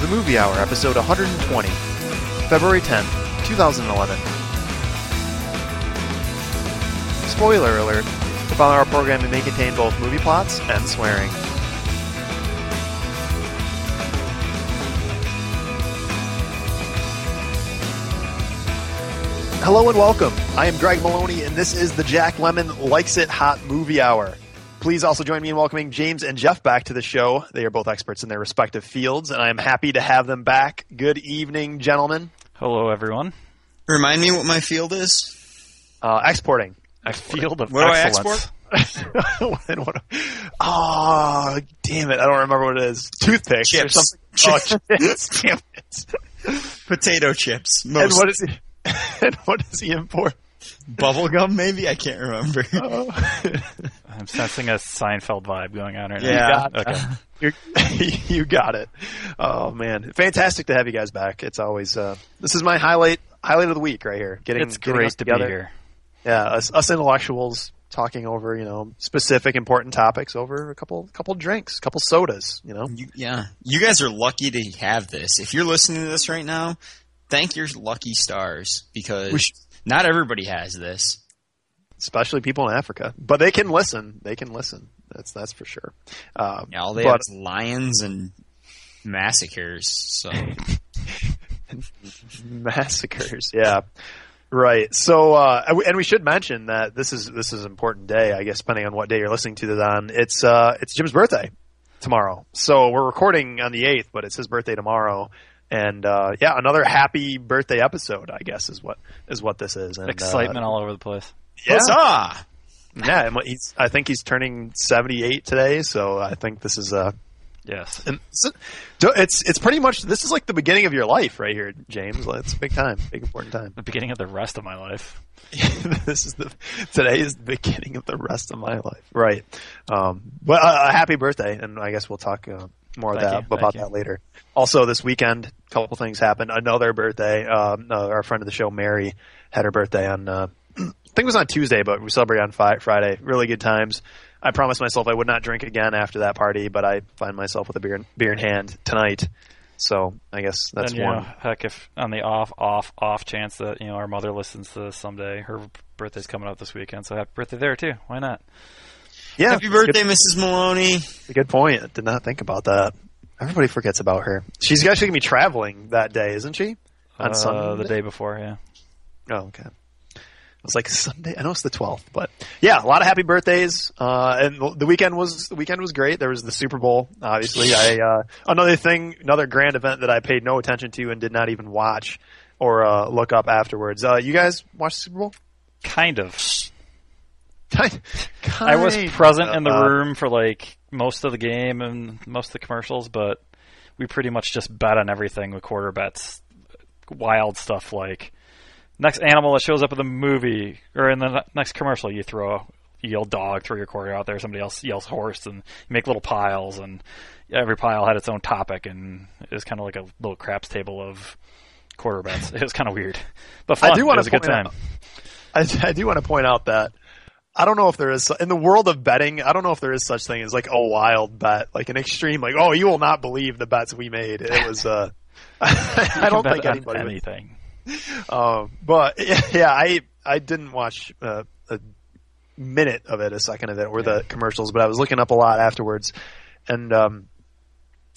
the Movie Hour, episode 120, February 10th, 2011. Spoiler alert the following hour programming may contain both movie plots and swearing. Hello and welcome. I am Greg Maloney, and this is the Jack Lemon Likes It Hot Movie Hour. Please also join me in welcoming James and Jeff back to the show. They are both experts in their respective fields, and I am happy to have them back. Good evening, gentlemen. Hello, everyone. Remind me what my field is. Uh, exporting. A field of What do I excellence. export? What- what- oh, damn it. I don't remember what it is. Toothpicks or Chips. something. Chips. Oh, chips. damn it. Potato chips. And Most what, is he, and what does he import? bubble gum, maybe I can't remember. I'm sensing a Seinfeld vibe going on right Yeah. now. Okay. You're, you got it. Oh man, fantastic to have you guys back. It's always uh, this is my highlight highlight of the week right here. Getting It's getting us great to be together. here. Yeah, us, us intellectuals talking over you know specific important topics over a couple couple drinks, couple sodas. You know, You- yeah. You guys are lucky to have this. If you're listening to this right now, thank your lucky stars We because should- not everybody has this. especially people in Africa, but they can listen. They can listen. That's that's for sure. Um, Yeah, all they but- have is lions and massacres. So massacres. Yeah, right. So, uh, and we- and we should mention that this is this is an important day, I guess, depending on what day you're listening to this on. It's uh, it's Jim's birthday tomorrow, so we're recording on the eighth, but it's his birthday tomorrow. And uh, yeah, another happy birthday episode, I guess, is what is what this is. And, uh, Excitement all over the place. yeah, Huzzah! yeah. and He's, I think he's turning seventy eight today, so I think this is uh, Yes. and so- so it's it's pretty much this is like the beginning of your life right here, James. It's a big time, big important time. The beginning of the rest of my life. this is the today is the beginning of the rest of my life. Right. Um, well, uh, happy birthday, and I guess we'll talk uh, more of Thank that, you, about thank you. that later. Also, this weekend, a couple things happened. Another birthday. Um, uh, our friend of the show, Mary, had her birthday on. Uh, I think it was on Tuesday, but we celebrated on fi- Friday. Really good times. I promised myself I would not drink again after that party, but I find myself with a beer in, beer in hand tonight. So I guess that's and, you one. know, heck, if on the off, off, off chance that you know our mother listens to this someday, her birthday's coming up this weekend, so happy birthday there too. Why not? Yeah, Happy birthday, Mrs. Maloney. A Good point. I did not think about that. Everybody forgets about her. She's actually gonna be traveling that day, isn't she? On uh, Sunday? the day before, yeah. Oh, okay. I was like Sunday. I know it's the twelfth, but yeah, a lot of happy birthdays. Uh, and the- the weekend was the weekend was great. There was the Super Bowl, obviously. I uh, another thing, another grand event that I paid no attention to and did not even watch or uh, look up afterwards. Uh, you guys watched the Super Bowl? Kind of. Kind- I was kind present in the of. Uh, room for like most of the game and most of the commercials, but we pretty much just bet on everything with quarter bets. Wild stuff like next animal that shows up in the movie or in the ne- next commercial, you throw you yell dog, throw your quarter out there. Somebody else yells horse, and you make little piles, and every pile had its own topic, and it was kind of like a little craps table of quarter bets. It was kind of weird, but fun. I do wanna it was a good point time. out- I, I do want to point out that I don't know if there is in the world of betting. I don't know if there is such thing as like a wild bet, like an extreme, like oh, you will not believe the bets we made. It was. Uh, I don't Bet think on anybody. Would, anything. um, but yeah, I I didn't watch uh, a minute of it, a second of it, or the commercials, but I was looking up a lot afterwards, and um,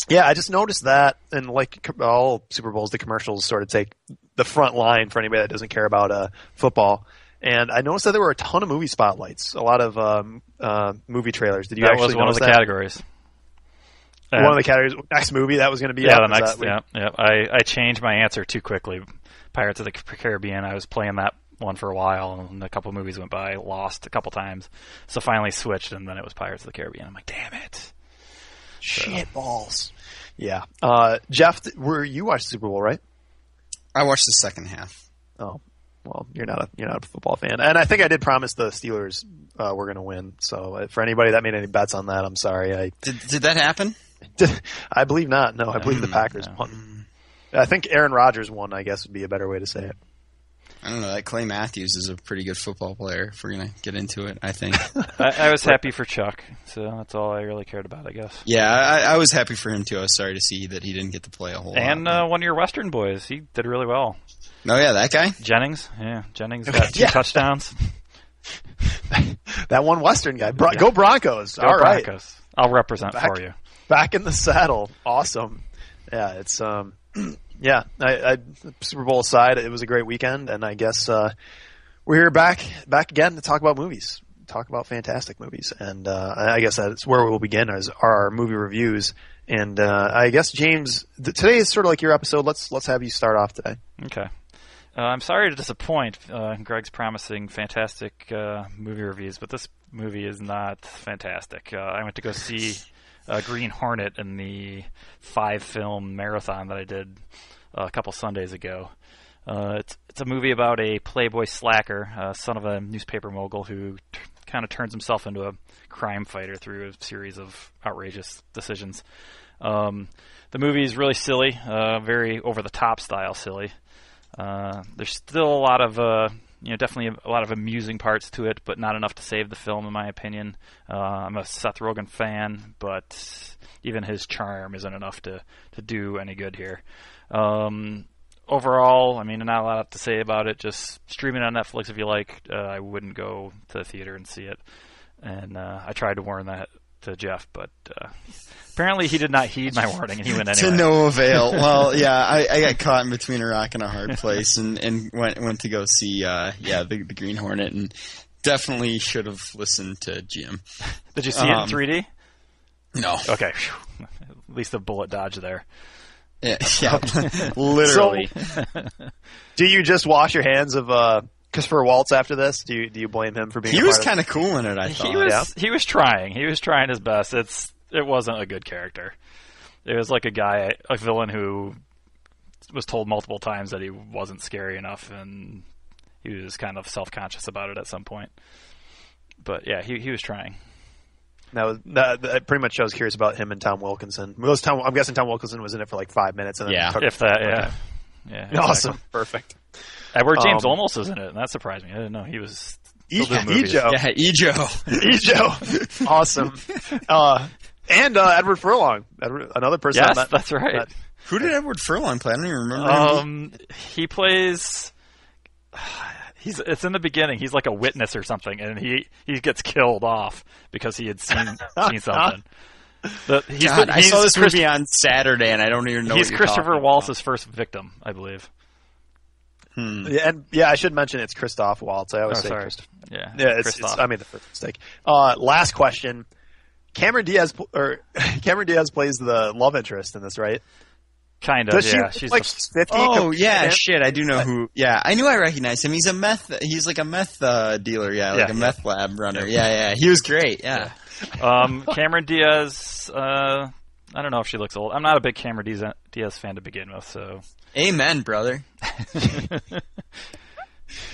yeah, I just noticed that, and like co- all Super Bowls, the commercials sort of take the front line for anybody that doesn't care about uh, football. And I noticed that there were a ton of movie spotlights, a lot of um, uh, movie trailers. Did you that actually was one of notice the that? categories. And- One of the categories. Next movie that was going to be yeah, up, the is that next what- yeah, yeah. I, I changed my answer too quickly. Pirates of the Caribbean. I was playing that one for a while, and a couple movies went by. Lost a couple times, so finally switched, and then it was Pirates of the Caribbean. I'm like, damn it! Shit balls. Yeah, uh, Jeff, th- were you watched Super Bowl right? I watched the second half. Oh, well, you're not a you're not a football fan, and I think I did promise the Steelers uh, were going to win. So uh, for anybody that made any bets on that, I'm sorry. I Did, did that happen? I believe not. No, I believe the Mm, Packers no. won. I think Aaron Rodgers won. I guess would be a better way to say it. I don't know. That Clay Matthews is a pretty good football player. If we're gonna get into it, I think. I, I was happy for Chuck, so that's all I really cared about, I guess. yeah, I, I was happy for him too. I was sorry to see that he didn't get to play a whole And lot. uh, one of your Western boys, he did really well. oh yeah, that guy. Jennings, yeah, Jennings got two Yeah. touchdowns. That one Western guy. Bro- Yeah. Go Broncos. Go All right. Broncos. I'll represent Back- for you. Back in the saddle. Awesome. Yeah, it's um yeah, I, I Super Bowl aside, it was a great weekend and I guess uh we're here back back again to talk about movies. Talk about fantastic movies. And uh I I guess that's where we'll begin is our movie reviews. And uh I guess James th- today is sort of like your episode. Let's let's have you start off today. Okay. Uh, I'm sorry to disappoint. Uh, Greg's promising fantastic uh, movie reviews, but this movie is not fantastic. Uh, I went to go see uh, Green Hornet in the five film marathon that I did uh, a couple Sundays ago. Uh, it's it's a movie about a playboy slacker, uh, son of a newspaper mogul who t- kind of turns himself into a crime fighter through a series of outrageous decisions. Um, the movie is really silly, uh, very over the top style silly. Uh, there's still a lot of uh, you know definitely a lot of amusing parts to it, but not enough to save the film in my opinion. Uh, I'm a Seth Rogen fan, but even his charm isn't enough to to do any good here. Um, overall, I mean, not a lot to say about it. Just streaming on Netflix if you like. Uh, I wouldn't go to the theater and see it. And uh, I tried to warn that to Jeff, but uh, apparently he did not heed my warning, and he went anyway. To no avail. Well, yeah, I, I got caught in between a rock and a hard place, and, and went went to go see uh, yeah the, the Green Hornet, and definitely should have listened to Jim. Did you see it in Um, 3D? No, Okay, phew. at least a bullet dodge there. yeah, yeah, literally. Do you just wash your hands of uh Christopher Waltz after this? Do you do you blame him for being he a was part of- kind of cool in it. I thought. he was he was trying. He was trying his best. It's it wasn't a good character. It was like a guy, a villain who was told multiple times that he wasn't scary enough, and he was kind of self conscious about it at some point. But yeah, he he was trying. That was that, that pretty much. I was curious about him and Tom Wilkinson. Most Tom, I'm guessing Tom Wilkinson was in it for like five minutes, and then Yeah. took- If that, yeah, yeah, exactly. awesome, perfect. Edward James Um, Olmos is in it, and that surprised me. I didn't know he was. E- do movies. Ejo, yeah, E Ejo. E E Ejo, awesome. Uh, and uh, Edward Furlong, Edward, another person. Yes, on that- that's right. that- Who did Edward Furlong play? I don't even remember. Um, he plays. He's it's in the beginning. He's like a witness or something, and he he gets killed off because he had seen seen something. The- he's God, the- I saw he's this Chris- movie on Saturday, and I don't even know. He's what you're Christopher talking Wallace's first victim, I believe. Hmm. yeah, and yeah, I should mention it's Christoph Waltz. I always Oh, say sorry. Christoph. Yeah, Yeah, it's, Christoph. it's, I made the first mistake. Uh, last question: Cameron Diaz pl- or Cameron Diaz plays the love interest in this, right? kind of. Does Yeah, she she's look like the- she's fifty? Oh compared to yeah, him? shit! I do know who. Yeah, I knew I recognized him. He's a meth. He's like a meth uh, dealer. Yeah, like Yeah, a yeah. meth lab runner. Yeah, yeah. He was great. Yeah. um, Cameron Diaz. Uh, I don't know if she looks old. I'm not a big Cameron Diaz, Diaz fan to begin with, so Amen, brother.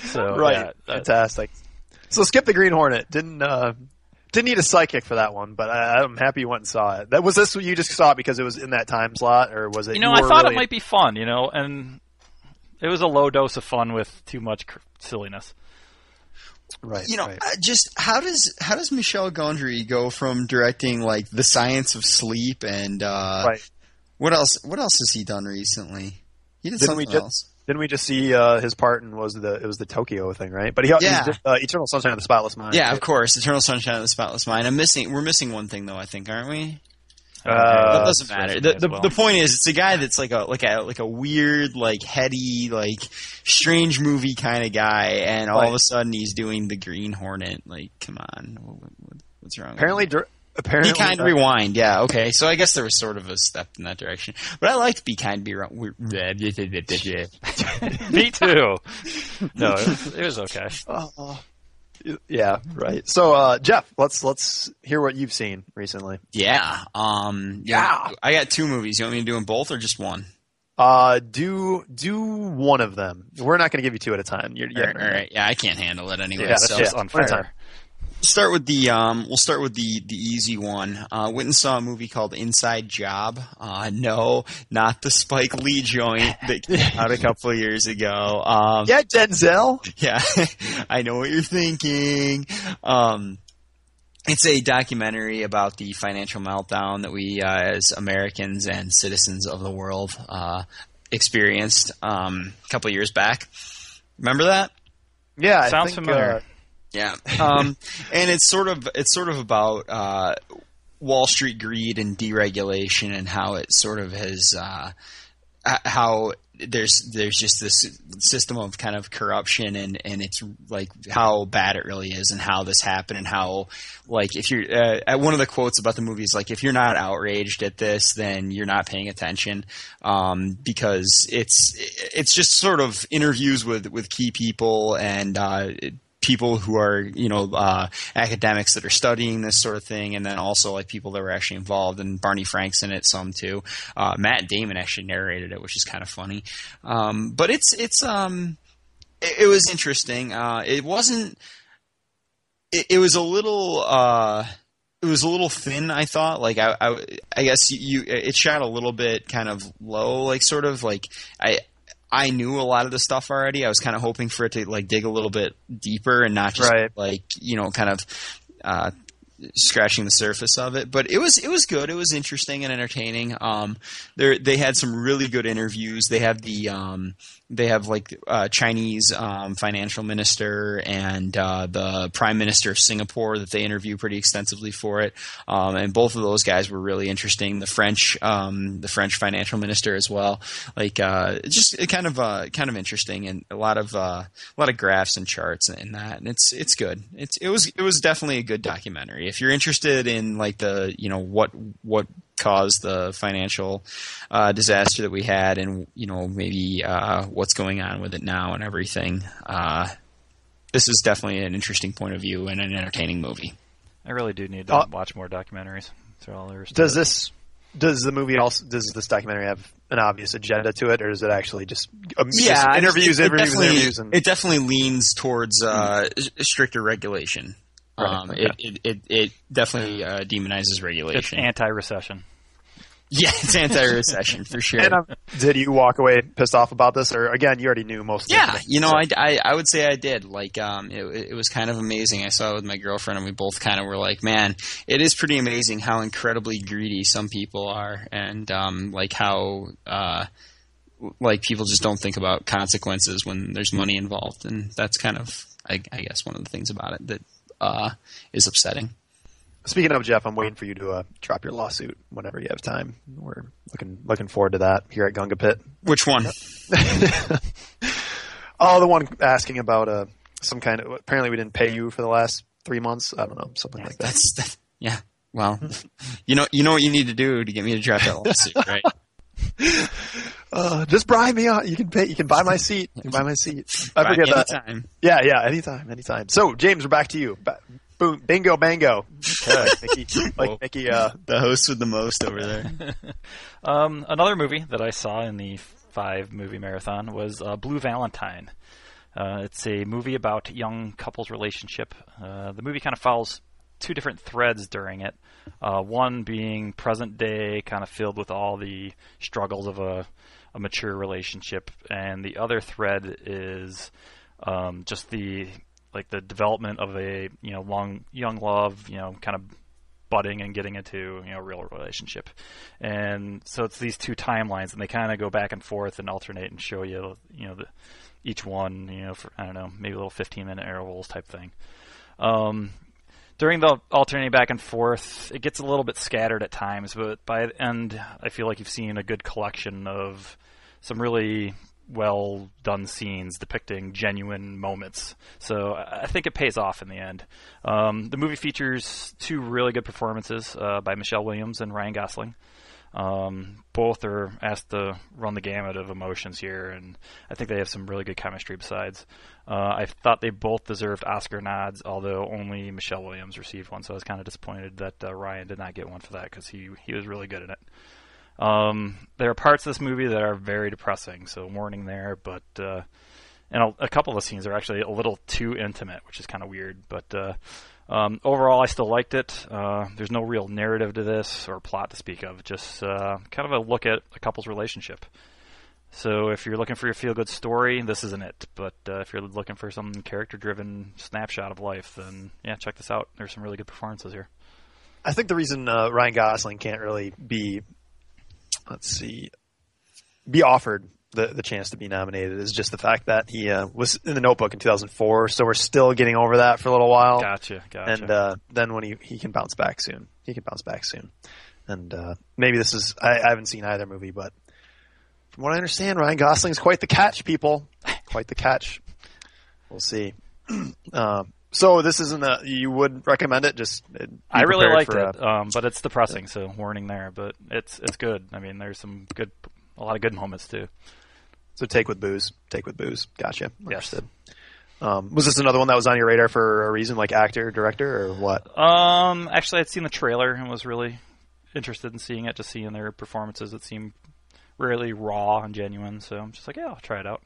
so right. yeah, uh, Fantastic. So skip the Green Hornet. Didn't uh, didn't need a psychic for that one, but I, I'm happy you went and saw it. That was this you just saw it because it was in that time slot, or was it? you know, were I thought really- it might be fun, you know, and it was a low dose of fun with too much cr- silliness. Right. You know, right. uh, just how does how does Michelle Gondry go from directing like The Science of Sleep and uh, Right. what else? What else has he done recently? He did Didn't we something just- else. Didn't we just see uh, his part in was the it was the Tokyo thing, right? But he he's Yeah. just, uh, Eternal Sunshine of the Spotless Mind. Yeah, of course. Eternal Sunshine of the Spotless Mind. I'm missing. We're missing one thing though. I think, aren't we? Uh, That doesn't that's matter. resume The, as the, well. the point is, it's a guy that's like a like a like a weird, like heady, like strange movie kind of guy, and all of a Right. sudden he's doing the Green Hornet. Like, come on, what, what, what's wrong? with Apparently, him? dir- apparently, be kind, uh, rewind. Yeah, okay. So I guess there was sort of a step in that direction, but I liked be kind, be wrong. we- Me too. No, it was, it was okay. oh, oh. yeah, right. So, uh, Jeff, let's let's hear what you've seen recently. Yeah, um, Yeah. I got two movies. You want me to do them both or just one? Uh, do do one of them. We're not going to give you two at a time. You're, All right, all right. Yeah, I can't handle it anyway. Yeah, that's so just yeah. unfair. start with the um, we'll start with the the easy one. Uh, went and saw a movie called Inside Job. Uh, no, not the Spike Lee joint that came out a couple of years ago. Um, Yeah, Denzel. yeah, I know what you're thinking. Um, it's a documentary about the financial meltdown that we, uh, as Americans and citizens of the world, uh, experienced um, a couple years back. Remember that? Yeah, I Sounds think, familiar. uh, Yeah. Um, and it's sort of it's sort of about uh, Wall Street greed and deregulation and how it sort of has uh, h- how there's there's just this system of kind of corruption and and it's like how bad it really is and how this happened and how like if you're uh, at one of the quotes about the movie is like if you're not outraged at this then you're not paying attention um, because it's it's just sort of interviews with with key people and uh, people who are you know uh, academics that are studying this sort of thing, and then also like people that were actually involved. And Barney Frank's in it some too. Uh, Matt Damon actually narrated it, which is kind of funny. Um, but it's it's um it, it was interesting. Uh, it wasn't. It, it was a little. Uh, it was a little thin, I thought. Like I, I, I guess you, it shot a little bit kind of low, like sort of like I, I knew a lot of the stuff already. I was kind of hoping for it to like dig a little bit deeper and not just Right. like you know kind of uh, scratching the surface of it. But it was it was good. It was interesting and entertaining. Um, there they had some really good interviews. They have the um, they have like uh, Chinese um, financial minister and uh, the prime minister of Singapore that they interview pretty extensively for it. Um, and both of those guys were really interesting. The French um, the French financial minister as well. Like uh, it's just it kind of uh, kind of interesting and a lot of uh, a lot of graphs and charts and that. And it's it's good. It's it was it was definitely a good documentary. If you're interested in like the you know what what caused the financial uh, disaster that we had, and you know maybe uh, what's going on with it now and everything. Uh, this is definitely an interesting point of view and an entertaining movie. I really do need to Uh, watch more documentaries. That's all there is. to Does it. this does the movie also does this documentary have an obvious agenda to it, or is it actually just, um, just I- interviews, it- it interviews, definitely- interviews? And, It definitely leans towards uh, s- stricter regulation. Right, Um, okay. it, it, it, it definitely uh, demonizes It's regulation. anti-recession. yeah, it's anti-recession for sure. and um, did you walk away pissed off about this, or again, you already knew most? Of the Yeah, information, you know, so- I, I, I would say I did. Like, um, it, it was kind of amazing. I saw it with my girlfriend, and we both kind of were like, "Man, it is pretty amazing how incredibly greedy some people are, and um, like how uh, like people just don't think about consequences when there's money involved, and that's kind of, I, I guess, one of the things about it that uh, is upsetting." Speaking of Jeff, I'm waiting for you to uh, drop your lawsuit whenever you have time. We're looking looking forward to that here at Gunga Pit. Which one? Oh, the one asking about uh, some kind of apparently we didn't pay you for the last three months. I don't know something like that. That's that, yeah. Well, you know, you know what you need to do to get me to drop that lawsuit, right? Uh, just bribe me out. You can pay. You can buy my seat. You can buy my seat. I By forget any that. time. Yeah, yeah. Anytime, anytime. So James, we're back to you. Ba- boom, bingo, bango. like Mickey, Whoa. like Mickey uh, The host with the most over there. Um, another movie that I saw in the five movie marathon was uh, Blue Valentine. Uh, it's a movie about young couples' relationship. Uh, the movie kind of follows two different threads during it. Uh, one being present day, kind of filled with all the struggles of a, a mature relationship, and the other thread is um, just the like the development of a you know long young love, you know, kind of budding and getting into you know a real relationship and so it's these two timelines and they kind of go back and forth and alternate and show you you know the, each one you know for i don't know maybe little 15 minute intervals type thing um during the alternating back and forth it gets a little bit scattered at times but by the end i feel like you've seen a good collection of some really well done scenes depicting genuine moments. So I I think it pays off in the end. Um, the movie features two really good performances uh, by Michelle Williams and Ryan Gosling. Um, both are asked to run the gamut of emotions here, and I think they have some really good chemistry besides. Uh, I thought they both deserved Oscar nods, although only Michelle Williams received one, so I was kind of disappointed that uh, Ryan did not get one for that because he, he was really good in it. Um, there are parts of this movie that are very depressing, so warning there. But uh, and a, a couple of the scenes are actually a little too intimate, which is kind of weird. But uh, Um, overall, I still liked it. Uh, there's no real narrative to this or plot to speak of, just uh, kind of a look at a couple's relationship. So if you're looking for your feel-good story, this isn't it. But uh, if you're looking for some character-driven snapshot of life, then yeah, check this out. There's some really good performances here. I think the reason uh, Ryan Gosling can't really be, let's see, be offered the, the chance to be nominated is just the fact that he uh, was in the Notebook in 2004. So we're still getting over that for a little while, Gotcha, gotcha. Oh, and uh, then when he he can bounce back soon, he can bounce back soon. And uh, maybe this is I, I haven't seen either movie, but from what I understand, Ryan Gosling's quite the catch, people, quite the catch. We'll see. um, so this isn't a you would recommend it? Just uh, be I really prepared liked for uh, a- it, um, but it's depressing. So warning there, but it's it's good. I mean, there's some good, a lot of good moments too. So take with booze. Take with booze. Gotcha. Yes. Understood. Um, was this another one that was on your radar for a reason, like actor, director, or what? Um, actually, I'd seen the trailer and was really interested in seeing it, just seeing their performances that seemed really raw and genuine. So I'm just like, yeah, I'll try it out.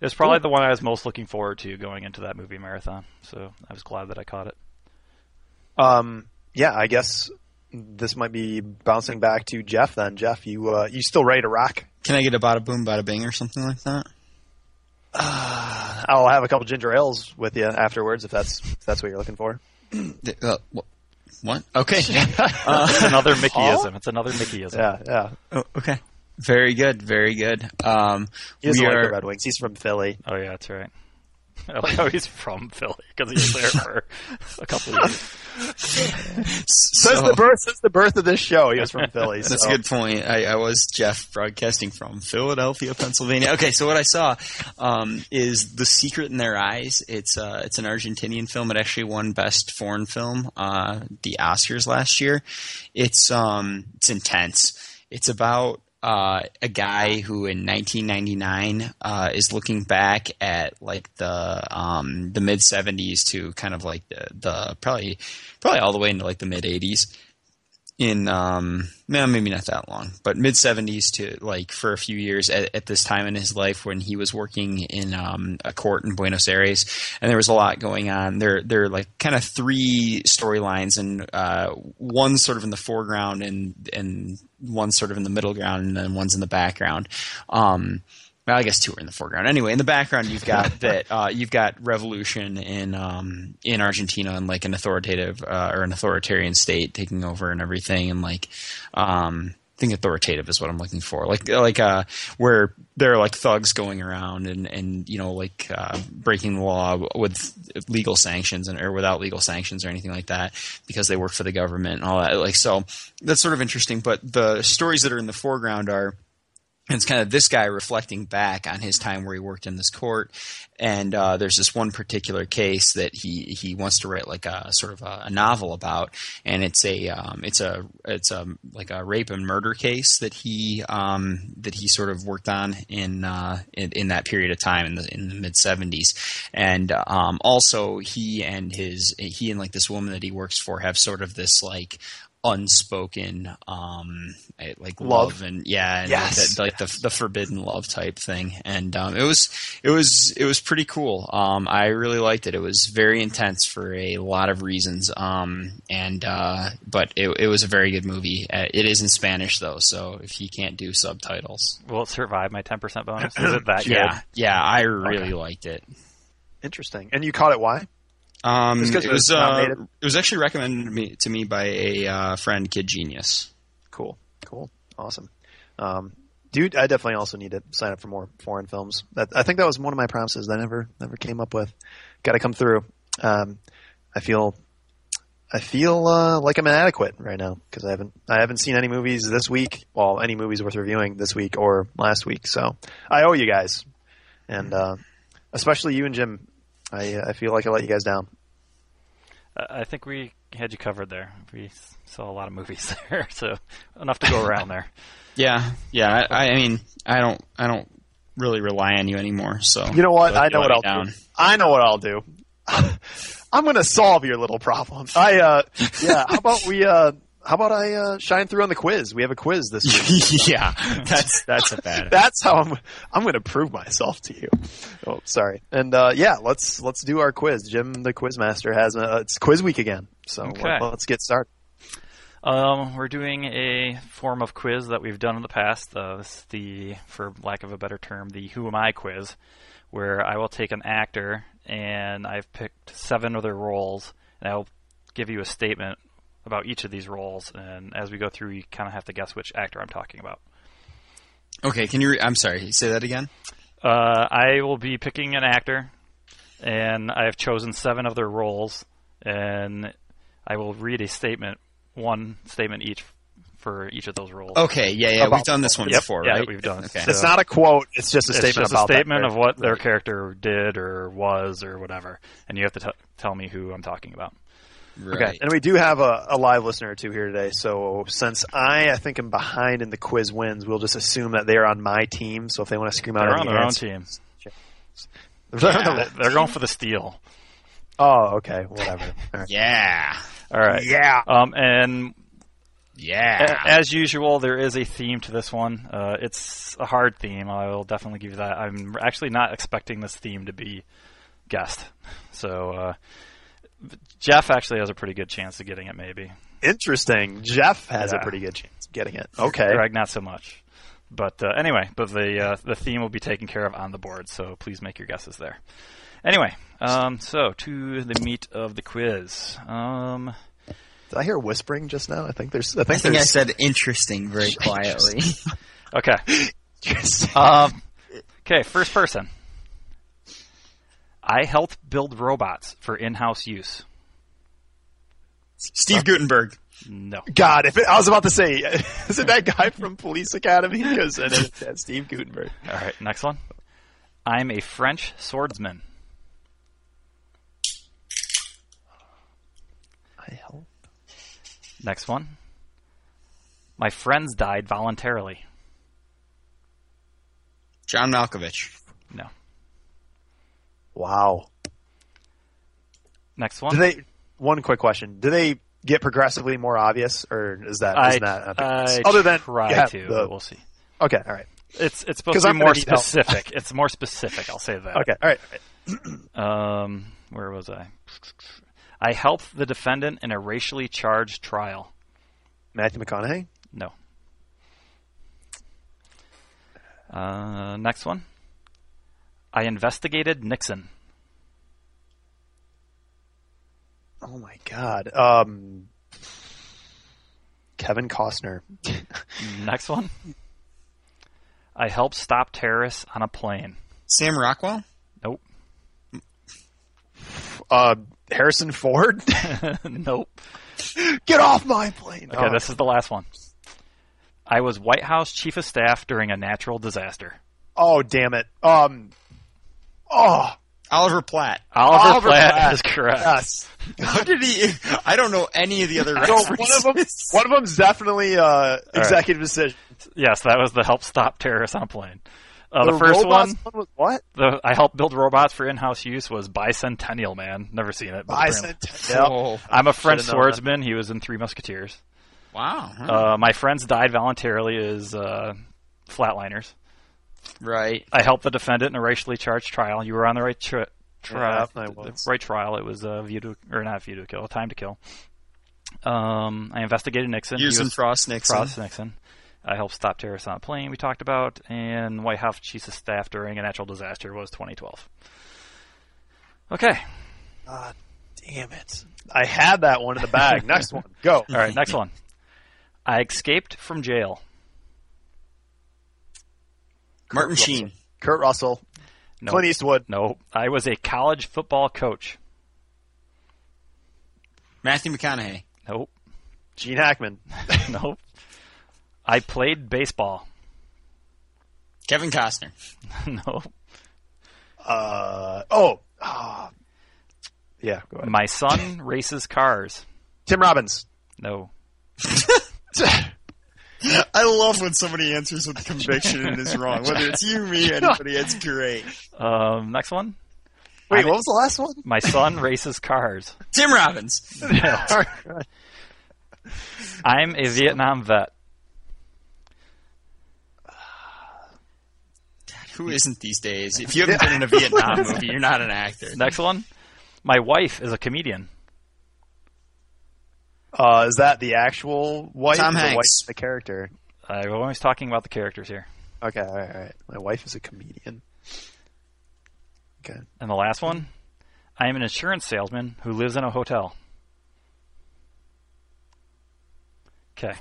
It was probably the one I was most looking forward to going into that movie marathon. So I was glad that I caught it. Um, yeah, I guess this might be bouncing back to Jeff. Then Jeff, you uh, you still ready to rock? Can I get a bada boom, bada bing, or something like that? I'll have a couple ginger ales with you afterwards if that's if that's what you're looking for. Th- uh, wh- what? Okay. Uh, It's another Mickeyism. It's another Mickeyism. Yeah, yeah. Oh, okay. Very good. Very good. Um, He doesn't we like are. the Red Wings. He's from Philly. Oh yeah, that's right. I like how he's from Philly because he was there for a couple of years. Since so- the birth since the birth of this show, he was from Philly. Oh. That's so- a good point. I, I was Jeff broadcasting from Philadelphia, Pennsylvania. Okay, so what I saw um, is The Secret in Their Eyes. It's uh, it's an Argentinian film. It actually won Best Foreign Film uh, the Oscars last year. It's um it's intense. It's about uh, a guy who in 1999 uh, is looking back at like the um, the mid 70s to kind of like the, the probably probably all the way into like the mid 80s in um no, maybe not that long but mid 70s to like for a few years at, at this time in his life when he was working in um a court in Buenos Aires and there was a lot going on there there are like kind of three storylines and uh one sort of in the foreground and and one sort of in the middle ground and then one's in the background um well, I guess two are in the foreground. Anyway, in the background, you've got that uh, you've got revolution in um, in Argentina and like an authoritative uh, or an authoritarian state taking over and everything, and like um, I think authoritative is what I'm looking for. Like like uh, where there are like thugs going around and and you know like uh, breaking the law with legal sanctions and or without legal sanctions or anything like that because they work for the government and all that. Like so, that's sort of interesting. But the stories that are in the foreground are and it's kind of this guy reflecting back on his time where he worked in this court and uh, there's this one particular case that he, he wants to write like a sort of a, a novel about and it's a um, it's a it's a like a rape and murder case that he um, that he sort of worked on in uh, in, in that period of time in the in the mid 70s and um, also he and his he and like this woman that he works for have sort of this like unspoken um eh, like Love. love, and yeah and Yes. that- like the the forbidden love type thing and um it was it was it was pretty cool um i really liked it it was very intense for a lot of reasons um and uh but it it was a very good movie Uh, it is in spanish though so if you can't do subtitles Will it survive my 10% bonus? Is it that yeah good? yeah i really Okay. liked it Interesting. And you caught it? Why? um Just 'cause it it was was uh, nominated? it was actually recommended to me to me by a uh, friend kid genius Cool. Cool. Awesome. Um, dude, I definitely also need to sign up for more foreign films. That, I think that was one of my promises that I never, never came up with. Got to come through. Um, I feel, I feel uh, like I'm inadequate right now because I haven't, I haven't seen any movies this week. Well, any movies worth reviewing this week or last week. So I owe you guys, and uh, especially you and Jim. I, I feel like I let you guys down. I I think we had you covered there. We s- saw a lot of movies there, so enough to go around there. Yeah, yeah. I, I mean, I don't, I don't really rely on you anymore. So You know what? Don't I know let what me I'll down. do. I know what I'll do. I'm going to solve your little problem. I uh yeah, how about we uh how about I uh, shine through on the quiz? We have a quiz this week. yeah, that's that's a bad. That's how I'm. I'm going to prove myself to you. Oh, sorry. And uh, yeah, let's let's do our quiz. Jim, the quiz master, has uh, it's quiz week again. So Okay. let, us get started. Um, we're doing a form of quiz that we've done in the past. Uh, this is the, for lack of a better term, the Who Am I quiz, where I will take an actor and I've picked seven other roles, and I'll give you a statement about each of these roles. And as we go through, you kind of have to guess which actor I'm talking about. Okay, can you? Re- I'm sorry. Say that again. Uh, I will be picking an actor, and I have chosen seven of their roles, and I will read a statement, one statement each for each of those roles. Okay, yeah, yeah, we've About- done this one Yep, before, yeah, Oh, right? we've done. Okay. So- It's not a quote. It's just a It's statement just about a statement that of what their character did or was or whatever, and you have to t- tell me who I'm talking about. Right. And we do have a, a live listener or two here today. So since I, I think, am behind in the quiz wins, we'll just assume that they're on my team. So if they want to scream out They're any on their own answer- team. They're on their- They're they're going for the steal. Oh, okay, whatever. All right. Yeah, All right. Yeah. Um, and yeah. A- As usual, there is a theme to this one. Uh, it's a hard theme. I will definitely give you that. I'm actually not expecting this theme to be guessed. So uh, Jeff actually has a pretty good chance of getting it. Maybe Interesting. Jeff has Yeah. a pretty good chance of getting it. Okay. Greg, not so much. But uh, anyway, but the uh, the theme will be taken care of on the board. So please make your guesses there. Anyway, um, so to the meat of the quiz. Um, Did I hear whispering just now? I think there's. I I think, think I there's. said interesting very quietly. okay. Oh, Um, okay, first person. I help build robots for in-house use. Steve Gutenberg. No. God, if it, I was about to say, is it that guy from Police Academy? Because and it's uh, Steve Gutenberg. All right, next one. I'm a French swordsman. I help. Next one. My friends died voluntarily. John Malkovich. No. Wow. Next Do one. they? One quick question. Do they get progressively more obvious, or is that I, is that I other than try yeah, to, the- but we'll see. okay, all right, It's it's supposed 'Cause to be I'm gonna more need help. specific. it's more specific. I'll say that. okay, all right. Um, where was I? I helped the defendant in a racially charged trial. Matthew McConaughey. No. Uh, next one. I investigated Nixon. Oh my God. Um, Kevin Costner. Next one. I helped stop terrorists on a plane. Sam Rockwell. Nope. Uh, Harrison Ford. nope. get off my plane. Oh. Okay, this is the last one. I was White House chief of staff during a natural disaster. Oh damn it. Um. Oh Oliver Platt. Oliver, Oliver Platt, Platt. is correct. yes. How did he? I don't know any of the other. No, one of them. One of them's definitely uh, executive decision. Yes, that was the help stop terrorists on a plane. Uh, the, first one, robots was what? the I helped build robots for in-house use was Bicentennial Man. Never seen it. but apparently- Bicentennial. Oh, I'm a French Should've known that. swordsman. He was in Three Musketeers. wow. huh, Uh, my friends died voluntarily as uh, flatliners. right. I helped the defendant in a racially charged trial. You were on the right tri- trial. Yeah, I was. right trial. It was uh, view to or not view to kill. Time to kill. Um, I investigated Nixon. Years he in was Frost Nixon. Frost Nixon. I helped stop terrorists on a plane. We talked about and White House chief of staff during a natural disaster was 2012. Okay. God damn it! I had that one in the bag. Next one, go. All right. Next one. I escaped from jail. Martin Sheen. Kurt Russell, No. Clint Eastwood, No, I was a college football coach. Matthew McConaughey. Nope, Gene Hackman, nope. I played baseball. Kevin Costner. no, uh, oh, ah. yeah, go ahead. my son races cars. Tim Robbins. No, I love when somebody answers with conviction and is wrong. Whether it's you, me, anybody, it's great. um, next one. Wait, what was the last one? My son races cars. Tim Robbins. All right. I'm a Vietnam vet. Who isn't these days? If you haven't been in a Vietnam movie, you're not an actor. Next one. My wife is a comedian. Uh, is that the actual wife? Tom the Hanks. wife- the character. I'm always talking about the characters here. Okay, all right, all right. My wife is a comedian. Okay. And the last one. I am an insurance salesman who lives in a hotel. Okay.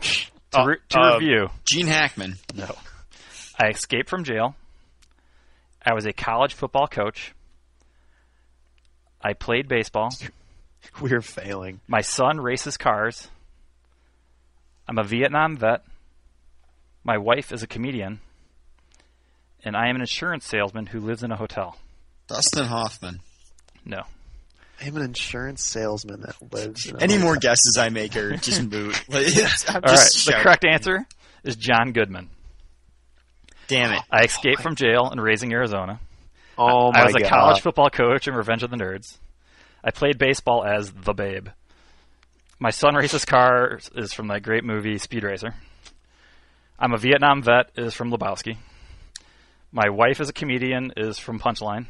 To, Uh, re- to uh, review, Gene Hackman. no. I escaped from jail. I was a college football coach. I played baseball. We're failing. My son races cars. I'm a Vietnam vet. My wife is a comedian. And I am an insurance salesman who lives in a hotel. Dustin Hoffman. No. I'm an insurance salesman that lives. In a Any more guesses I make are just moot. Like, I'm All right. just The shouting. correct answer is John Goodman. Damn it. I escaped from jail in Raising Arizona. Oh my I was a God. college football coach in Revenge of the Nerds. I played baseball as the Babe. My son races cars is from that great movie Speed Racer. I'm a Vietnam vet is from Lebowski. My wife is a comedian is from Punchline,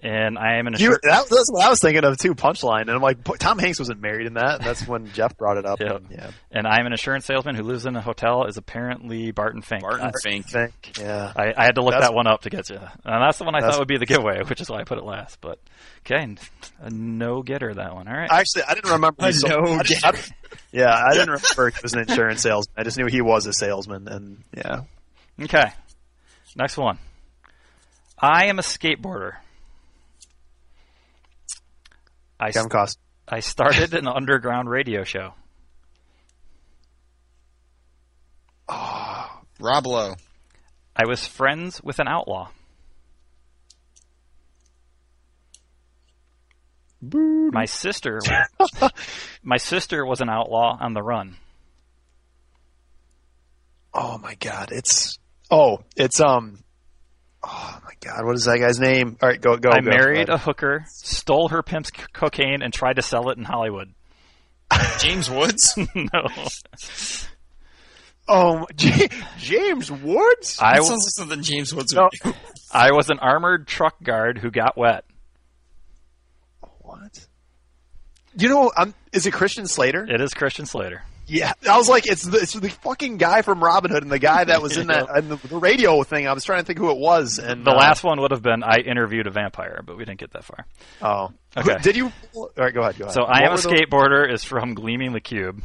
and I am an You, insur- that, that's what I was thinking of too. Punchline, and I'm like, "P- Tom Hanks wasn't married in that. And that's when Jeff brought it up. Yeah. and, yeah. and I am an insurance salesman who lives in a hotel is apparently Barton Fink. Barton Fink. Think, yeah. I, I had to look That's- that one up to get you, and that's the one I That's- thought would be the giveaway, which is why I put it last. But okay, a no getter that one. All right. Actually, I didn't remember. I he sold- know, I didn't- I didn't- yeah, I didn't remember he was an insurance salesman. I just knew he was a salesman, and yeah. Okay. Next one. I am a skateboarder. I, Kevin Costner. I started an underground radio show. Rob Lowe. I was friends with an outlaw. My sister My sister was an outlaw on the run. Oh my god, it's oh, it's um. Oh my god, what is that guy's name? All right, go go. I go. married Go a ahead. hooker, stole her pimp's c- cocaine and tried to sell it in Hollywood. James Woods. no. Oh, my- J- James Woods. I, That w- sounds like something James Woods would No. do. I was an armored truck guard who got wet. What? You know, I'm, is it Christian Slater? It is Christian Slater. Yeah, I was like, it's the, it's the fucking guy from Robin Hood and the guy that was in that and the, the radio thing. I was trying to think who it was, and The uh, last one would have been I interviewed a vampire, but we didn't get that far. Oh, Okay. Who- did you? All right, go ahead. Go ahead. So I am a What were those- skateboarder is from Gleaming the Cube,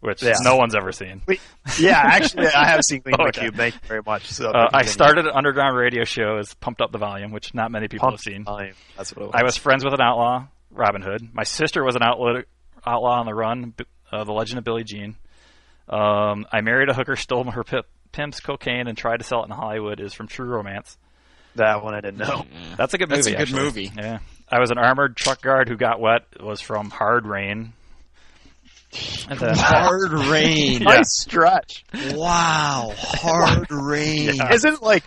which Yeah. no one's ever seen. Wait, yeah, actually, I have seen Clean Oh, the okay. Cube. Thank you very much. So Uh, I continue. started an underground radio show as Pumped Up the Volume, which not many people Pump have seen. Time. That's what it was. I was friends with an outlaw, Robin Hood. My sister was an outlaw, outlaw on the run, B- uh, the legend of Billie Jean. Um, I married a hooker, stole her pip, pimp's cocaine, and tried to sell it in Hollywood is from True Romance. that one I didn't know. That's a good That's movie. a good actually. movie. Yeah. I was an armored truck guard who got wet. It was from Hard Rain. And then- Hard rain. Nice stretch. Wow. Hard rain. Isn't it like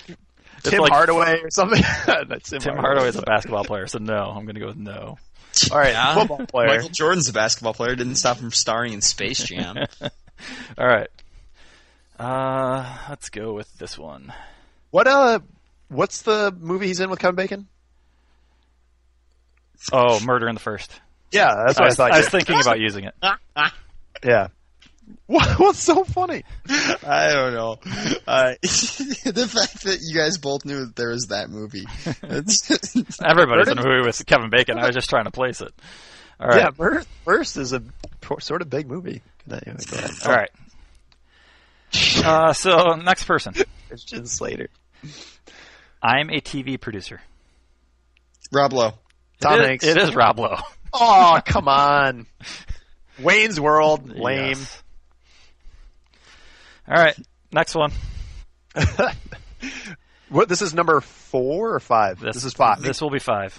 Tim like- Hardaway or something? That's Tim, Tim Hardaway is a basketball player, so no. I'm going to go with no. All right, "Ah." Yeah. football player. Michael Jordan's a basketball player. Didn't stop him from starring in Space Jam. All right. Uh, let's go with this one. What uh, what's the movie he's in with Kevin Bacon? Oh, Murder in the First. Yeah, that's what I, was, thought. I you- was thinking about using it. yeah. What, what's so funny? I don't know. Uh, the fact that you guys both knew that there was that movie. It's- Everybody's in a movie with Kevin Bacon. I was just trying to place it. All right. Yeah, Mur- First is a por- sort of big movie. Anyway, go ahead. Oh, All right. Uh, so next person. Christian Slater, I'm a TV producer. Rob Lowe. Tom it is, Hanks. It is Rob Lowe. Oh, come on. Wayne's World, lame. Yes. All right. Next one. What? This is number four or five. This, is five. This will be five.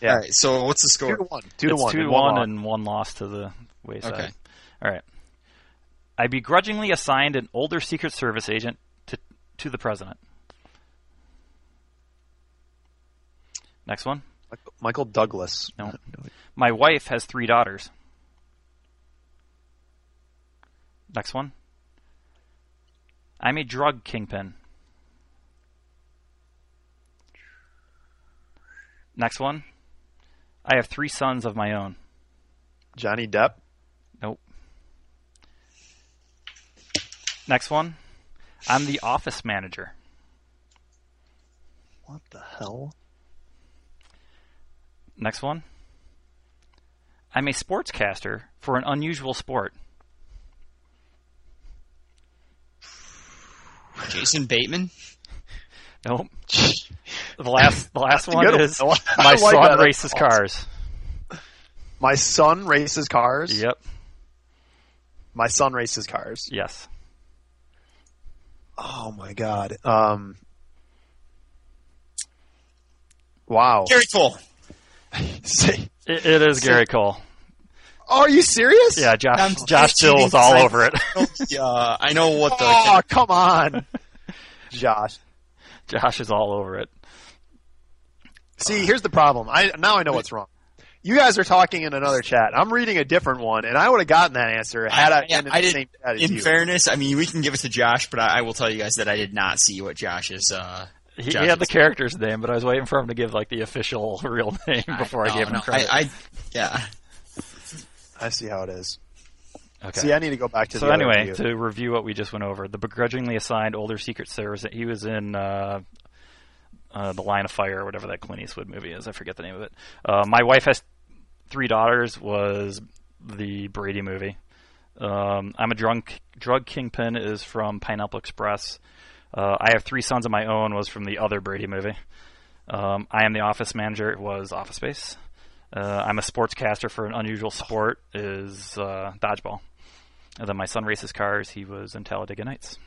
Yeah. All right. So what's the two score? to one. Two to it's one. two to and one, loss. and one loss to the wayside. Okay. All right. I begrudgingly assigned an older Secret Service agent to to the president. Next one. Michael- Michael Douglas. No. My wife has three daughters. Next one. I'm a drug kingpin. Next one. I have three sons of my own. Johnny Depp. Nope. Next one. I'm the office manager. What the hell? Next one. I'm a sportscaster for an unusual sport. Jason Bateman. Nope. The last the last one Good one. is I like my that. son That's races awesome. cars. My son races cars. Yep. My son races cars. Yes. Oh my god. Um. Wow. Gary Cole. Say- It, it is Gary Cole. Are you serious? Yeah, Josh I'm Josh thinking Dill was all I- over it. Uh, I know what the. Oh, come on, Josh. Josh is all over it. See, here's the problem. I now I know what's wrong. You guys are talking in another chat. I'm reading a different one, and I would have gotten that answer had I, I- yeah, been in I the didn't- same chat as in you. fairness, I mean, we can give it to Josh, but I, I will tell you guys that I did not see what Josh's. Uh, He, he Josh had the is- character's name, but I was waiting for him to give like the official real name before I, no, gave him Oh, no, credit. I, I, yeah. I see how it is. okay. See, I need to go back to so the anyway, Other view. to review what we just went over, the begrudgingly assigned older Secret Service. He was in uh, uh, the Line of Fire, or whatever that Clint Eastwood movie is. I forget the name of it. Uh, My wife has three daughters. Was the Brady movie? Um, I'm a drunk drug kingpin is from Pineapple Express. Uh, I have three sons of my own was from the other Brady movie. Um, I am the office manager was Office Space. Uh, I'm a sportscaster for an unusual sport is uh, dodgeball. And then my son races cars. He was in Talladega Nights.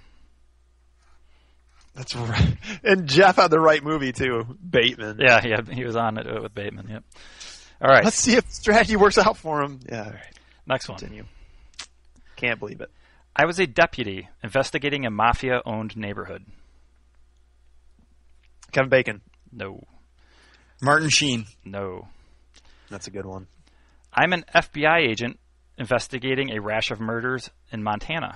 That's right. And Jeff had the right movie too, Bateman. Yeah, yeah, he was on it uh, with Bateman. Yep. All right, Let's see if strategy works out for him. Yeah. All right. next one. Continue. Can't believe it. I was a deputy investigating a mafia-owned neighborhood. Kevin Bacon. No, Martin Sheen. no. That's a good one. I'm an FBI agent investigating a rash of murders in Montana.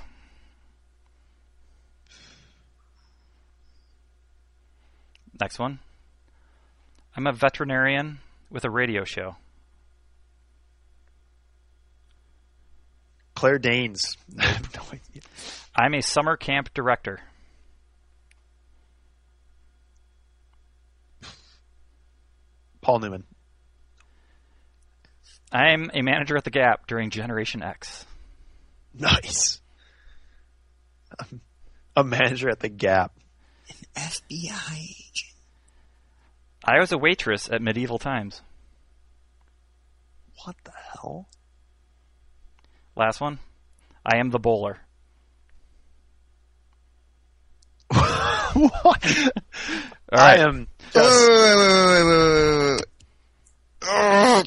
Next one. I'm a veterinarian with a radio show. Claire Danes. I have no idea. I'm a summer camp director. Paul Newman. I'm a manager at the Gap during Generation X. Nice. Um, A manager at the Gap. FBI agent. I was a waitress at medieval times. What the hell? Last one. I am the bowler. what? All right. I am. Wait, wait, wait, wait, wait, wait, wait, wait. Oh,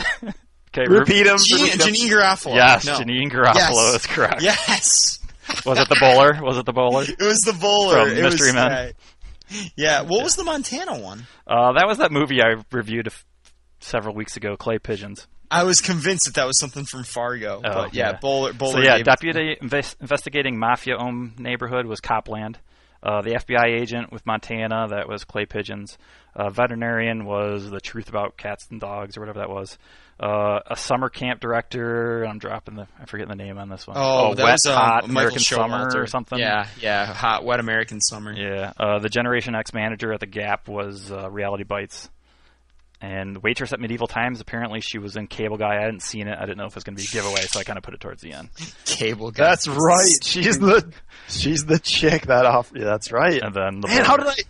okay, Ru- Uh, Repeat him. Jean- Janine Garofalo. Yes, No. Janine Garofalo Yes. is correct. Yes. Was it the bowler? Was it the bowler? It was the bowler. From it was, Mystery Men. right. Yeah. What was the Montana one? Uh, that was that movie I reviewed a f- several weeks ago, Clay Pigeons. I was convinced that that was something from Fargo. but yeah, Oh, yeah. bowler. So Bowler. yeah, gave- deputy inves- investigating mafia-owned neighborhood was Copland. Uh, the FBI agent with Montana that was Clay Pigeons. Uh, veterinarian was the truth about cats and dogs or whatever that was. Uh, a summer camp director. I'm dropping the. I'm forgetting the name on this one. Oh, that wet was, uh, hot Michael American summer Showalter. or something. Yeah, yeah, hot wet American summer. Yeah. Uh, the Generation X manager at the Gap was uh, Reality Bites. And the waitress at Medieval Times, apparently she was in Cable Guy. I hadn't seen it. I didn't know if it was going to be a giveaway, so I kind of put it towards the end. Cable guy. That's right. She's the she's the chick that off. Yeah, that's right. And then the Man, how did bowler. I?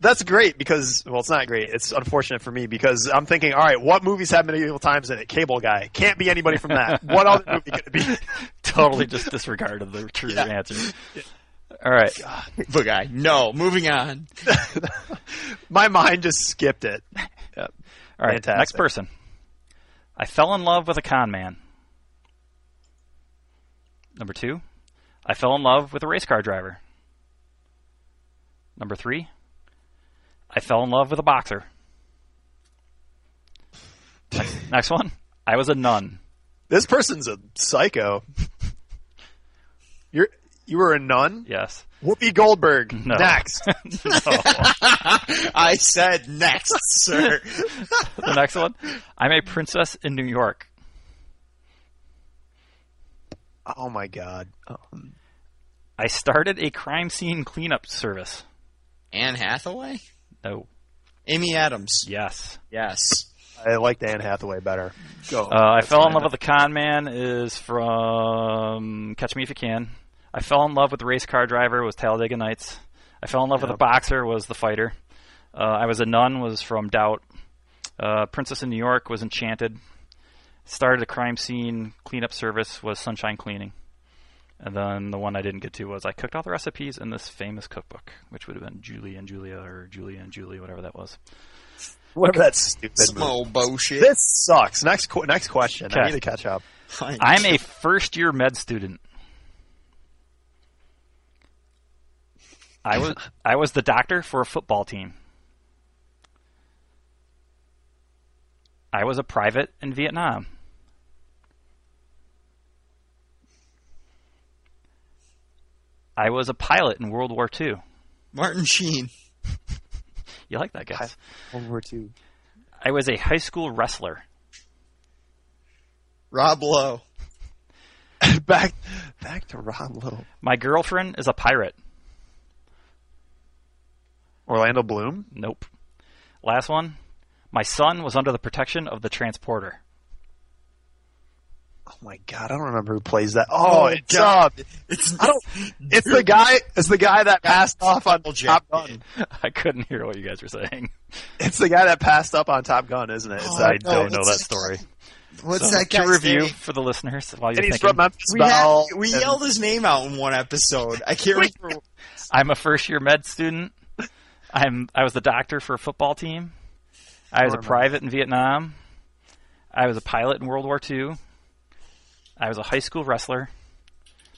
That's great because well, it's not great. It's unfortunate for me because I'm thinking, all right, what movies have medieval times in it? Cable Guy can't be anybody from that. what other movie could it be? totally just disregarded the true Yeah. answer? All right. Cable guy. No, moving on. My mind just skipped it. All right. Fantastic. Next person. I fell in love with a con man. Number two. I fell in love with a race car driver. Number three. I fell in love with a boxer. Next, next one. I was a nun. This person's a psycho. You're you were a nun. Yes. Whoopi Goldberg No. next. No. I said next, sir. the next one. I'm a princess in New York. oh my god. Um, I started a crime scene cleanup service. Anne Hathaway? No. Amy Adams. Yes. Yes. I liked Anne Hathaway better. Go. Uh, I fell in fine. love with the con man is from Catch Me If You Can. I fell in love with the race car driver was Talladega Nights. I fell in love with Yeah. the boxer was the fighter. Uh, I was a nun was from Doubt. Uh, Princess in New York was Enchanted. Started a crime scene cleanup service was Sunshine Cleaning. And then the one I didn't get to was I cooked all the recipes in this famous cookbook, which would have been Julie and Julia or Julia and Julie, whatever that was. Whatever that stupid. Some movie. old bullshit. This sucks. Next qu- next question. I Okay. need to catch up. I'm a first year med student. I was I was the doctor for a football team. I was a private in Vietnam. I was a pilot in World War II. Martin Sheen. You like that, guys? World War Two. I was a high school wrestler. Rob Lowe. back back to Rob Little. My girlfriend is a pirate. Orlando Bloom. Nope. Last one. My son was under the protection of the transporter. Oh my god, I don't remember who plays that. Oh, it's uh, God. It's I don't. It's the guy. It's the guy that passed off on Top Gun. I couldn't hear what you guys were saying. It's the guy that passed up on Top Gun, isn't it? It's, Oh, uh, I don't no, know that it's- story. What's So, that to guy's review name? for the listeners while you're and he's thinking. from Memphis We, had, Bell. we and- yelled his name out in one episode. I can't remember. I'm a first year med student. I'm I was the doctor for a football team. I was a Norman. private in Vietnam. I was a pilot in World War II. I was a high school wrestler.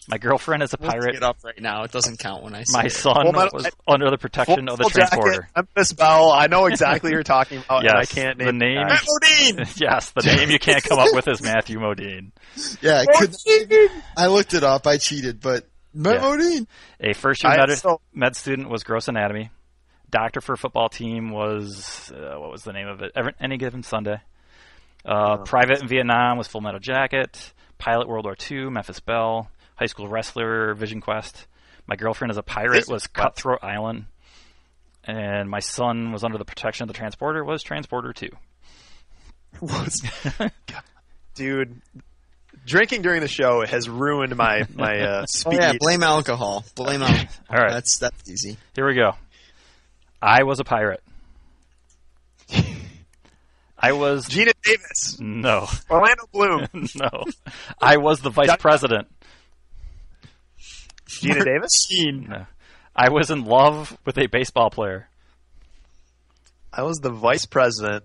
My girlfriend is a We'll pirate. Get up right now. It doesn't count when I say My it. son Well, my- was under the protection of the Full jacket, transporter. Memphis Bell. I know exactly who you're talking about. and I Yes, can't the name name- guy. Matt Modine! Yes, the name you can't come up with is Matthew Modine. Yeah, I, could, I looked it up. I cheated, but Matt Yeah. Modine. A first year I- med, so- med student was gross anatomy. Doctor for football team was uh, what was the name of it? Every, any given Sunday. Uh, private in Vietnam was Full Metal Jacket. Pilot World War II, Memphis Bell. High school wrestler, Vision Quest. My girlfriend is a pirate Vision was Cutthroat Island. And my son was under the protection of the transporter was Transporter 2. dude. Drinking during the show has ruined my my uh, Oh, speed. yeah, blame alcohol. Blame alcohol. All right. That's, that's easy. Here we go. I was a pirate. I was Gina Davis, no. Orlando Bloom, no. I was the vice Doc- president. Gina Davis. No. I was in love with a baseball player. I was the vice president.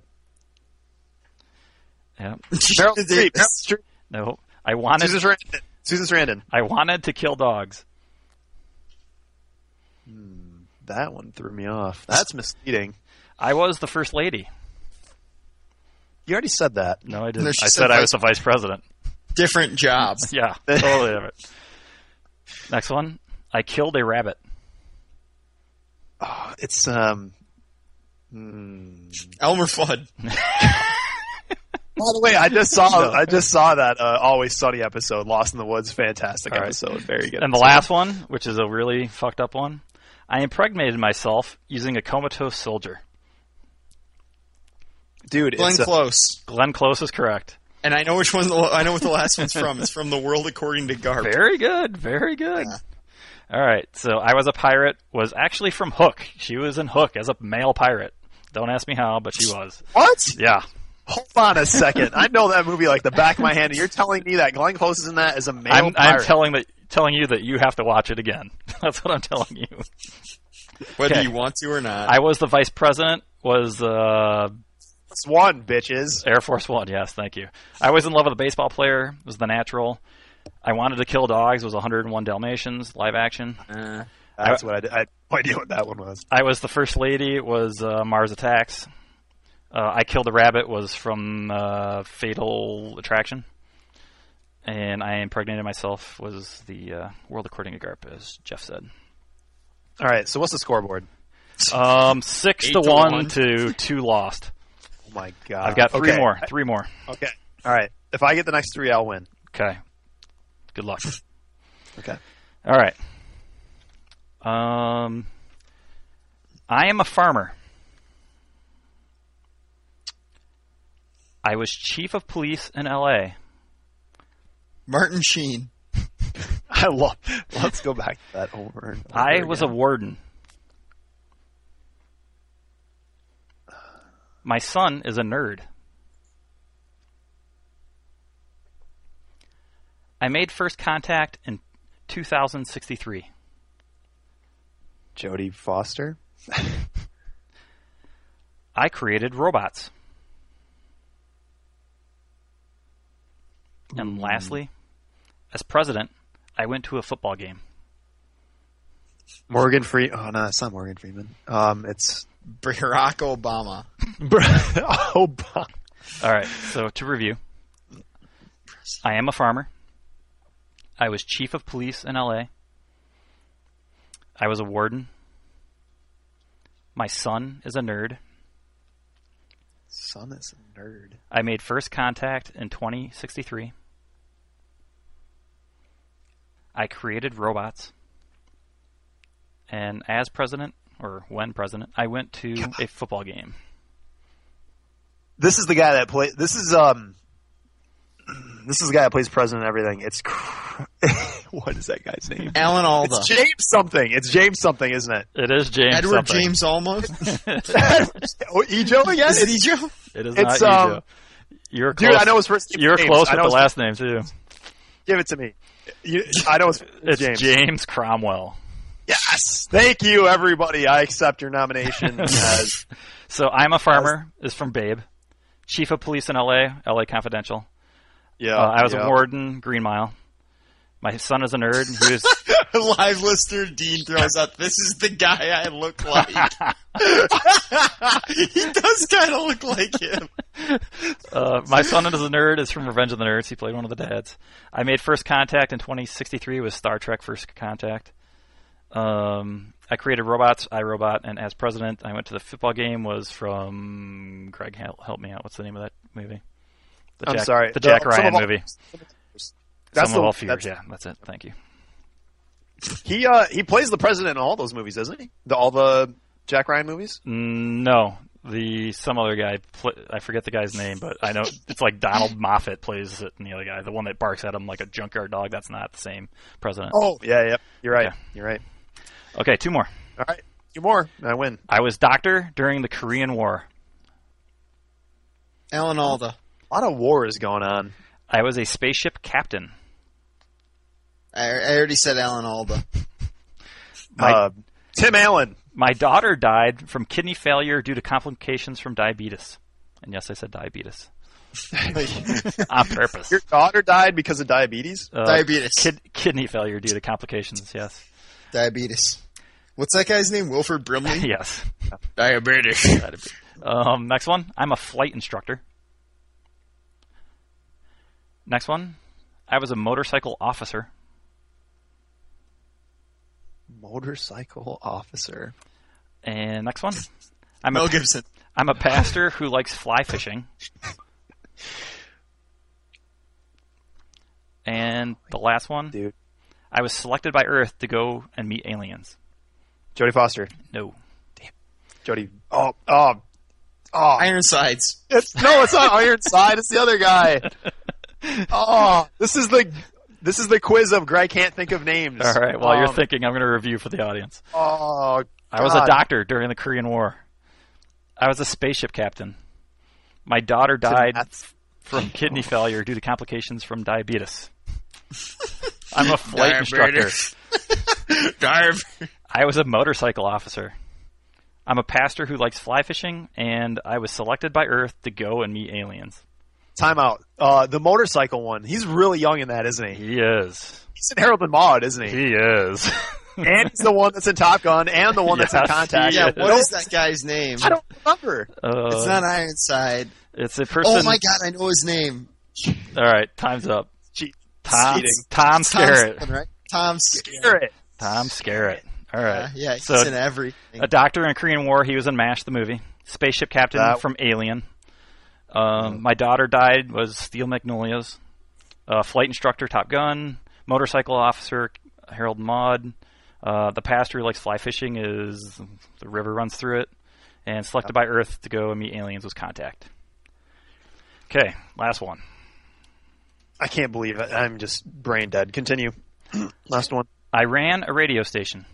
Yeah. Meryl Did Streep. it- Meryl Streep. No. I wanted Susan Sarandon. Susan Sarandon. I wanted to kill dogs. That one threw me off. That's misleading. I was the first lady. You already said that. No, I didn't. No, she I said said, I vice- was the vice president. Different job. Yeah, totally different. Next one. I killed a rabbit. Oh, it's um. hmm. Elmer Fudd. By the way, I just saw I just saw that uh, Always Sunny episode, Lost in the Woods, fantastic All right. episode, very good. And the episode. last one, which is a really fucked up one. I impregnated myself using a comatose soldier. dude, Glenn it's uh, Close. Glenn Close is correct. And I know which one. The, I know what the last one's from. It's from The World According to Garp. Very good, very good. All right, so I was a pirate. Was actually from Hook. She was in Hook as a male pirate. Don't ask me how, but she was. what? Yeah, Hold on a second. I know that movie like the back of my hand. and You're telling me that Glenn Close is in that as a male I'm, I'm pirate. telling that telling you that you have to watch it again. That's what I'm telling you. Whether Okay. you want to or not. I was the vice president. Was uh, That's one, bitches. Air Force One? Yes, thank you. I was in love with a baseball player. Was the natural. I wanted to kill dogs. Was 101 Dalmatians live action. Uh, That's what I did. I had no idea what that one was. I was the first lady. Was uh, Mars Attacks. Uh, I killed a rabbit. Was from uh, Fatal Attraction. and I impregnated myself was the uh, world according to Garp, as Jeff said. All right. So what's the scoreboard? Um, six Eight to, to one, one. to two lost. Oh my god. I've got three Okay. more. Three more. Okay. All right. If I get the next three, I'll win. Okay. Good luck. Okay. All right. Um, I am a farmer. I was chief of police in L.A. Martin Sheen. I love. Let's go back to that over. And over I was a warden. My son is a nerd. I made first contact in 2063. Jodie Foster. I created robots. And lastly, as president, I went to a football game. Morgan Freeman. Oh no, it's not Morgan Freeman. Um, it's Barack Obama. Obama. All right, so to review I am a farmer. I was chief of police in LA. I was a warden. My son is a nerd. Son is a nerd. I made first contact in 2063. I created robots. And as president, or when president, I went to a football game. This is the guy that play. This is um. This is the guy that plays president and everything. It's cr- what is that guy's name? Alan Alda. It's James something. It's James something, isn't it? It is James. Edward something. James almost. oh, Ejo again? Is it he Joe? It is It's, not um, you. You're Dude, close. I know his first. You're James. close I with know the his- last name too. Give it to me. You, I know it's, It's James, James. Cromwell. Yes. Thank you, everybody. I accept your nomination. as, So I'm a farmer is from Babe. Chief of police in LA, LA Confidential. yeah, Uh, I was Oh, yeah. a warden, Green Mile. My son is a nerd. He was Live listener Dean throws up. This is the guy I look like. he does kind of look like him. Uh, my son is a nerd is from Revenge of the Nerds. He played one of the dads. I made first contact in 2063 with Star Trek First Contact. Um, I created robots, iRobot, and as president, I went to the football game. Was from Greg. Help, help me out. What's the name of that movie? The I'm Jack, sorry. The Jack No, some Ryan of all- movie. That's Some the- of all fears. that's- Yeah, that's it. Thank you. He uh, he plays the president in all those movies, doesn't he? The, all the Jack Ryan movies. Mm, No, the some other guy. Pl- I forget the guy's name, but I know it's like Donald Moffat plays it, and the other guy, the one that barks at him like a junkyard dog. That's not the same president. Oh, yeah, yeah. You're right. Yeah. You're right. Okay, two more. All right, two more. and I win. I was doctor during the Korean War. Alan Alda. A lot of war is going on. I was a spaceship captain. I, I already said Alan Alda. My- Uh, Tim Allen. My daughter died from kidney failure due to complications from diabetes. And yes, I said diabetes on purpose. Your daughter died because of diabetes. Uh, Diabetes. Kid- kidney failure due to complications. Yes. Diabetes. What's that guy's name? Wilford Brimley? Yes. Diabetes. That'd be- Um, next one. I'm a flight instructor. Next one. I was a motorcycle officer. Motorcycle officer. And next one. I'm Mel a, Gibson. I'm a pastor who likes fly fishing. And the last one, Dude. I was selected by Earth to go and meet aliens. Jodie Foster. No, Jodie. Oh, oh, oh. Ironsides. It's, no, it's not Ironside. It's the other guy. Oh, this is the this is the quiz of Greg can't think of names. all right. While you're Um, thinking, I'm going to review for the audience. Oh, I was a God. doctor during the Korean War. I was a spaceship captain. My daughter died That's- from kidney failure due to complications from diabetes. I'm a flight instructor. Diabetes. Diabetes. I was a motorcycle officer. I'm a pastor who likes fly fishing, and I was selected by Earth to go and meet aliens. Timeout. Uh, the motorcycle one. He's really young in that, isn't he? He is. He's in Harold and Maude, isn't he? He is. And he's the one that's in Top Gun, and the one that's Yes, in Contact. he Yeah, is. what is that guy's name? I don't remember. Uh, It's not Ironside. it's a person. Oh my god, I know his name. All right, time's up. Gee, Tom, Cheating. Tom Tom Skerritt. Skerritt, right? Tom Skerritt. Garrett. Tom Skerritt. All right. Uh, yeah, he's So- in everything. A doctor in Korean War. He was in MASH, the movie. Spaceship captain That- from Alien. Um, my daughter died was Steel Magnolias. Uh, flight instructor, Top Gun. Motorcycle officer, Harold Maud. Uh, the pastor who likes fly fishing is the river runs through it. And selected by Earth to go and meet aliens was Contact. Okay, last one. I can't believe it. I'm just brain dead. Continue. Last one. I ran a radio station.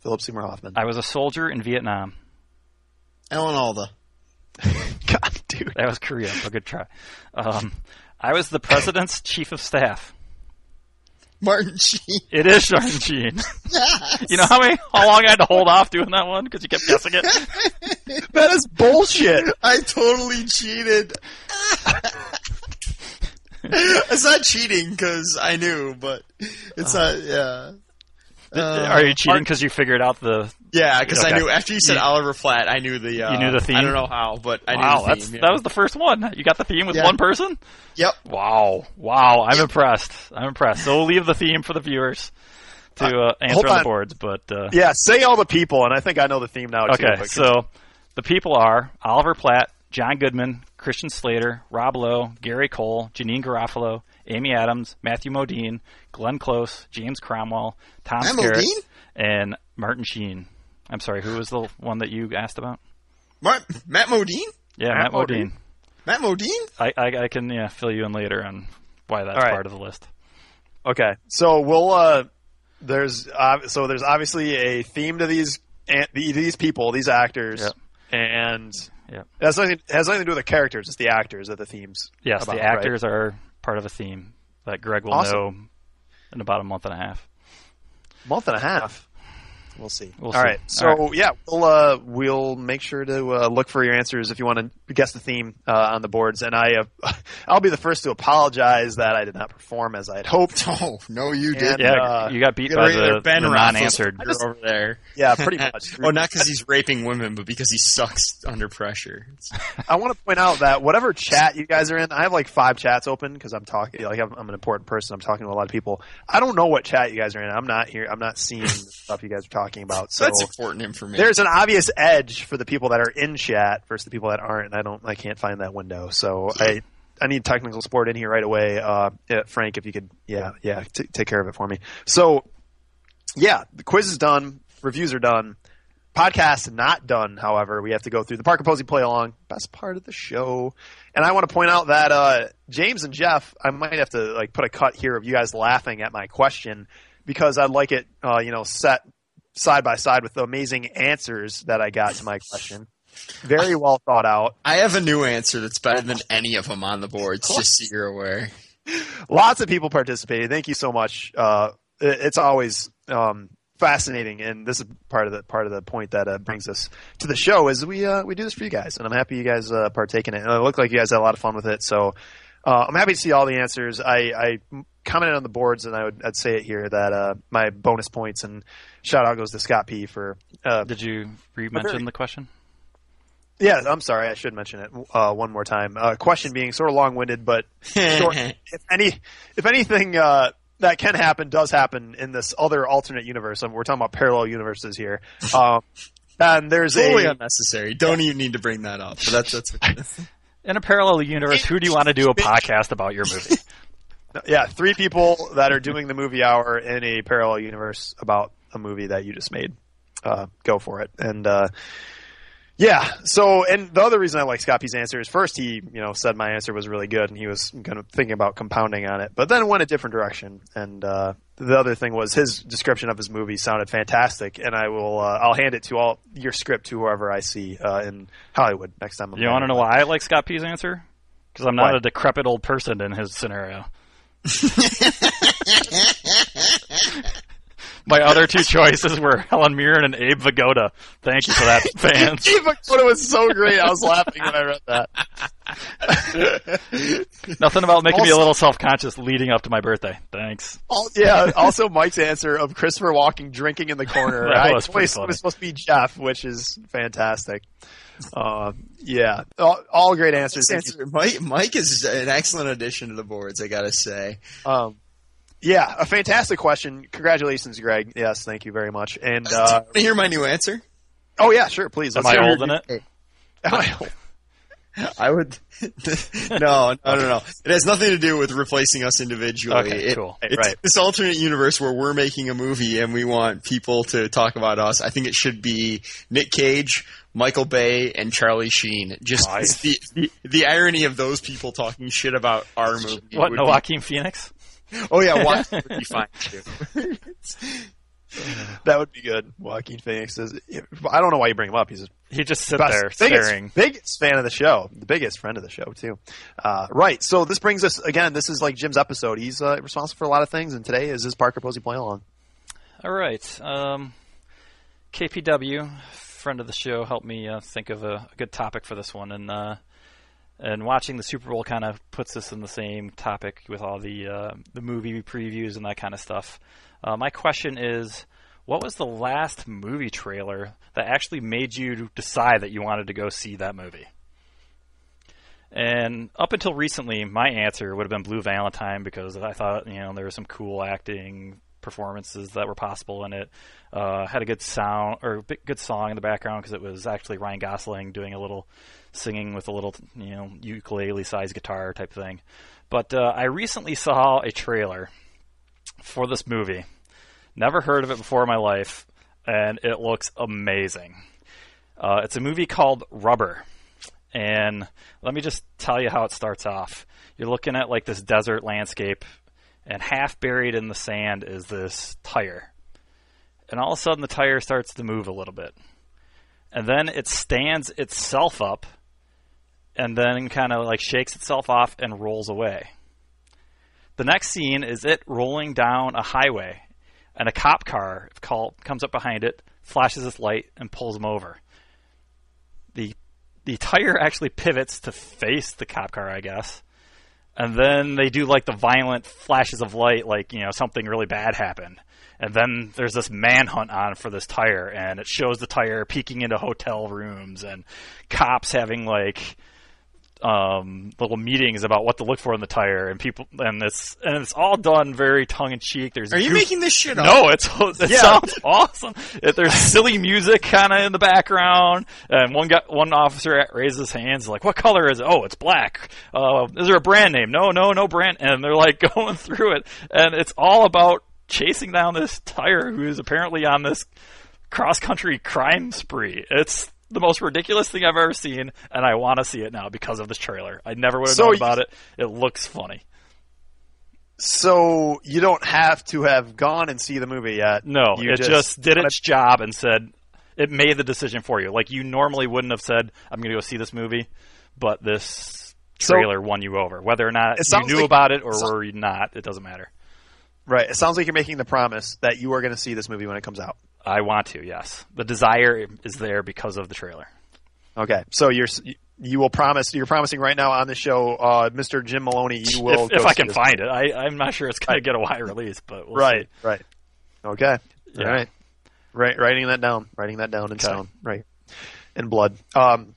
Philip Seymour Hoffman. I was a soldier in Vietnam. Ellen Alda. God, dude. That was Korea. but good try. Um, I was the president's chief of staff. Martin Sheen. It is Charmin Sheen. you know how many, how long I had to hold off doing that one because you kept guessing it. That is bullshit. I totally cheated. it's not cheating because I knew, but it's not. Yeah, Uh, Uh-huh. Are you cheating because you figured out the? yeah, because Okay. I knew after you said Oliver Platt, I knew the. Uh, You knew the theme? I don't know how, but I wow, knew the that's theme. that was the first one. You got the theme with Yeah. one person. yeah. Yep. Wow, wow! I'm impressed. I'm impressed. So we'll leave the theme for the viewers to uh, answer hold on the on. boards. But uh, Yeah, say all the people, and I think I know the theme now. too, okay, but- so the people are Oliver Platt, John Goodman, Christian Slater, Rob Lowe, Gary Cole, Janine Garofalo, Amy Adams, Matthew Modine, Glenn Close, James Cromwell, Tom Matt Skerritt, Modine? and Martin Sheen. I'm sorry, who was the one that you asked about? Mar- Matt Modine. Yeah, Matt Matt, Modine. Modine. Matt Modine. I, I I can yeah fill you in later on why that's All right. part of the list. Okay, so we'll uh, there's uh, so there's obviously a theme to these an- the- these people, these actors, Yep. and Yep. it has nothing it has nothing to do with the characters. It's the actors that the themes. Yes, about, the right? actors are part of a theme that Greg will Awesome. know in about a month and a half. month and a half. We'll see. We'll All see. right. So All yeah, we'll uh, we'll make sure to uh, look for your answers if you want to guess the theme uh, on the boards. And I uh, I'll be the first to apologize that I did not perform as I had hoped. Oh no, you Yeah. didn't. Yeah, Uh, you got beat You're by either the, Ben the Roethlisberger non-answered. over there. Yeah, pretty much. oh, not because he's raping women, but because he sucks under pressure. It's- I want to point out that whatever chat you guys are in, I have like five chats open because I'm talking. Like I'm, I'm an important person. I'm talking to a lot of people. I don't know what chat you guys are in. I'm not here. I'm not seeing the stuff you guys are talking about. So That's important information. there's an obvious edge for the people that are in chat versus the people that aren't. And I don't. I can't find that window. So I. I need technical support in here right away, uh, yeah, Frank. If you could, yeah, yeah, t- take care of it for me. So, yeah, the quiz is done, reviews are done, podcast not done. However, we have to go through the Parker Posey play along, best part of the show. And I want to point out that uh, James and Jeff, I might have to like put a cut here of you guys laughing at my question because I'd like it, uh, you know, set side by side with the amazing answers that I got to my question. Very well thought out. I have a new answer that's better than any of them on the boards, just so you're aware. lots of people participated. Thank you so much. Uh, it- it's always um, fascinating, and this is part of the part of the point that uh, brings us to the show is we uh, we do this for you guys, and I'm happy you guys uh, partake in it. And it looked like you guys had a lot of fun with it, so uh, I'm happy to see all the answers. I, I commented on the boards, and I would I'd say it here that uh, my bonus points and shout out goes to Scott P for uh, Did you re-mention the question? yeah, I'm sorry. I should mention it uh, one more time. Uh, question being sort of long-winded, but short. if any, if anything uh, that can happen does happen in this other alternate universe. And we're talking about parallel universes here. Um, and there's Totally a unnecessary. Don't even need to bring that up. But that's that's okay. In a parallel universe, who do you want to do a podcast about your movie? yeah, three people that are doing the movie hour in a parallel universe about a movie that you just made. Uh, go for it. And uh, yeah, so and the other reason I like Scott P's answer is first he you know said my answer was really good and he was kind of thinking about compounding on it, but then went a different direction. And uh, the other thing was his description of his movie sounded fantastic, and I will uh, I'll hand it to all your script to whoever I see uh, in Hollywood next time. I'm You there. want to know why I like Scott P's answer? Because I'm not Why? a decrepit old person in his scenario. My other two choices were Helen Mirren and Abe Vigoda. Thank you for that, fans. Steve Makoto was so great. I was laughing when I read that. Nothing about making me a Also- little self conscious leading up to my birthday. Thanks. Al- yeah. Also, Mike's answer of Christopher walking drinking in the corner. That I was pretty always- funny. it was supposed to be Jeff, which is fantastic. Uh, yeah, all, all great answers. Thank you. Mike, Mike is an excellent addition to the boards. I gotta say. Um, yeah, a fantastic question. Congratulations, Greg. Yes, thank you very much. And uh, Wanna hear my new answer? oh yeah, sure, please. Am Let's I hear old in it? Am I old? I would. no, no, no, no. It has nothing to do with replacing us individually. Okay, It- cool. It's Right. this alternate universe where we're making a movie and we want people to talk about us. I think it should be Nick Cage, Michael Bay, and Charlie Sheen. Just Nice. the, the the irony of those people talking shit about our movie. What, would no be- Joaquin Phoenix? Oh yeah, Joaquin would be fine too. That would be good. Joaquin Phoenix is. I don't know why you bring him up. He's the He just sit best- there biggest, staring. biggest fan of the show, the biggest friend of the show too. Uh, right. So this brings us again. This is like Jim's episode. He's uh, responsible for a lot of things, and today is his Parker Posey play along. All right. Um, KPW, friend of the show, helped me uh, think of a, a good topic for this one, and uh, and watching the Super Bowl kind of puts us in the same topic with all the uh, the movie previews and that kind of stuff. Uh, my question is, what was the last movie trailer that actually made you decide that you wanted to go see that movie? And up until recently, my answer would have been Blue Valentine because I thought, you know, there was some cool acting performances that were possible in it. Uh, had a good sound or big, good song in the background because it was actually Ryan Gosling doing a little singing with a little, you know, ukulele sized guitar type thing. But uh, I recently saw a trailer for this movie. Never heard of it before in my life, and it looks amazing. Uh, it's a movie called Rubber. And let me just tell you how it starts off. You're looking at like this desert landscape, and half buried in the sand is this tire. And all of a sudden, the tire starts to move a little bit. And then it stands itself up, and then kind of like shakes itself off and rolls away. The next scene is it rolling down a highway, and a cop car call, comes up behind it, flashes its light, and pulls him over. The the tire actually pivots to face the cop car, I guess. And then they do like the violent flashes of light, like, you know, something really bad happened. And then there's this manhunt on for this tire, and it shows the tire peeking into hotel rooms and cops having like um, little meetings about what to look for in the tire and people and it's and it's all done very tongue in cheek. There's Are you goof- making this shit up? no, it's it sounds awesome. If There's silly music kind of in the background, and one guy, one officer raises his hands like, "What color is it? Oh, it's black. Uh, is there a brand name? No, no, no brand." And they're like going through it, and it's all about chasing down this tire who is apparently on this cross country crime spree. It's the most ridiculous thing I've ever seen, and I want to see it now because of this trailer. I never would have So known you- about it. It looks funny. So you don't have to have gone and see the movie yet. No, You it just, did its job and said it made the decision for you. Like you normally wouldn't have said, "I'm going to go see this movie," but this So- trailer won you over. Whether or not It you sounds knew like- about it or so- were you not, it doesn't matter. right. It sounds like you're making the promise that you are going to see this movie when it comes out. I want to. Yes, the desire is there because of the trailer. Okay, so you're you will promise you're promising right now on the show, uh, Mr. Jim Maloney. You will if, if go I see can this- find it, I, I'm not sure it's going to get a wide release, but we'll right, right, okay, Yeah. all right, right, writing that down, writing that down in Okay. stone, right, in blood. Um,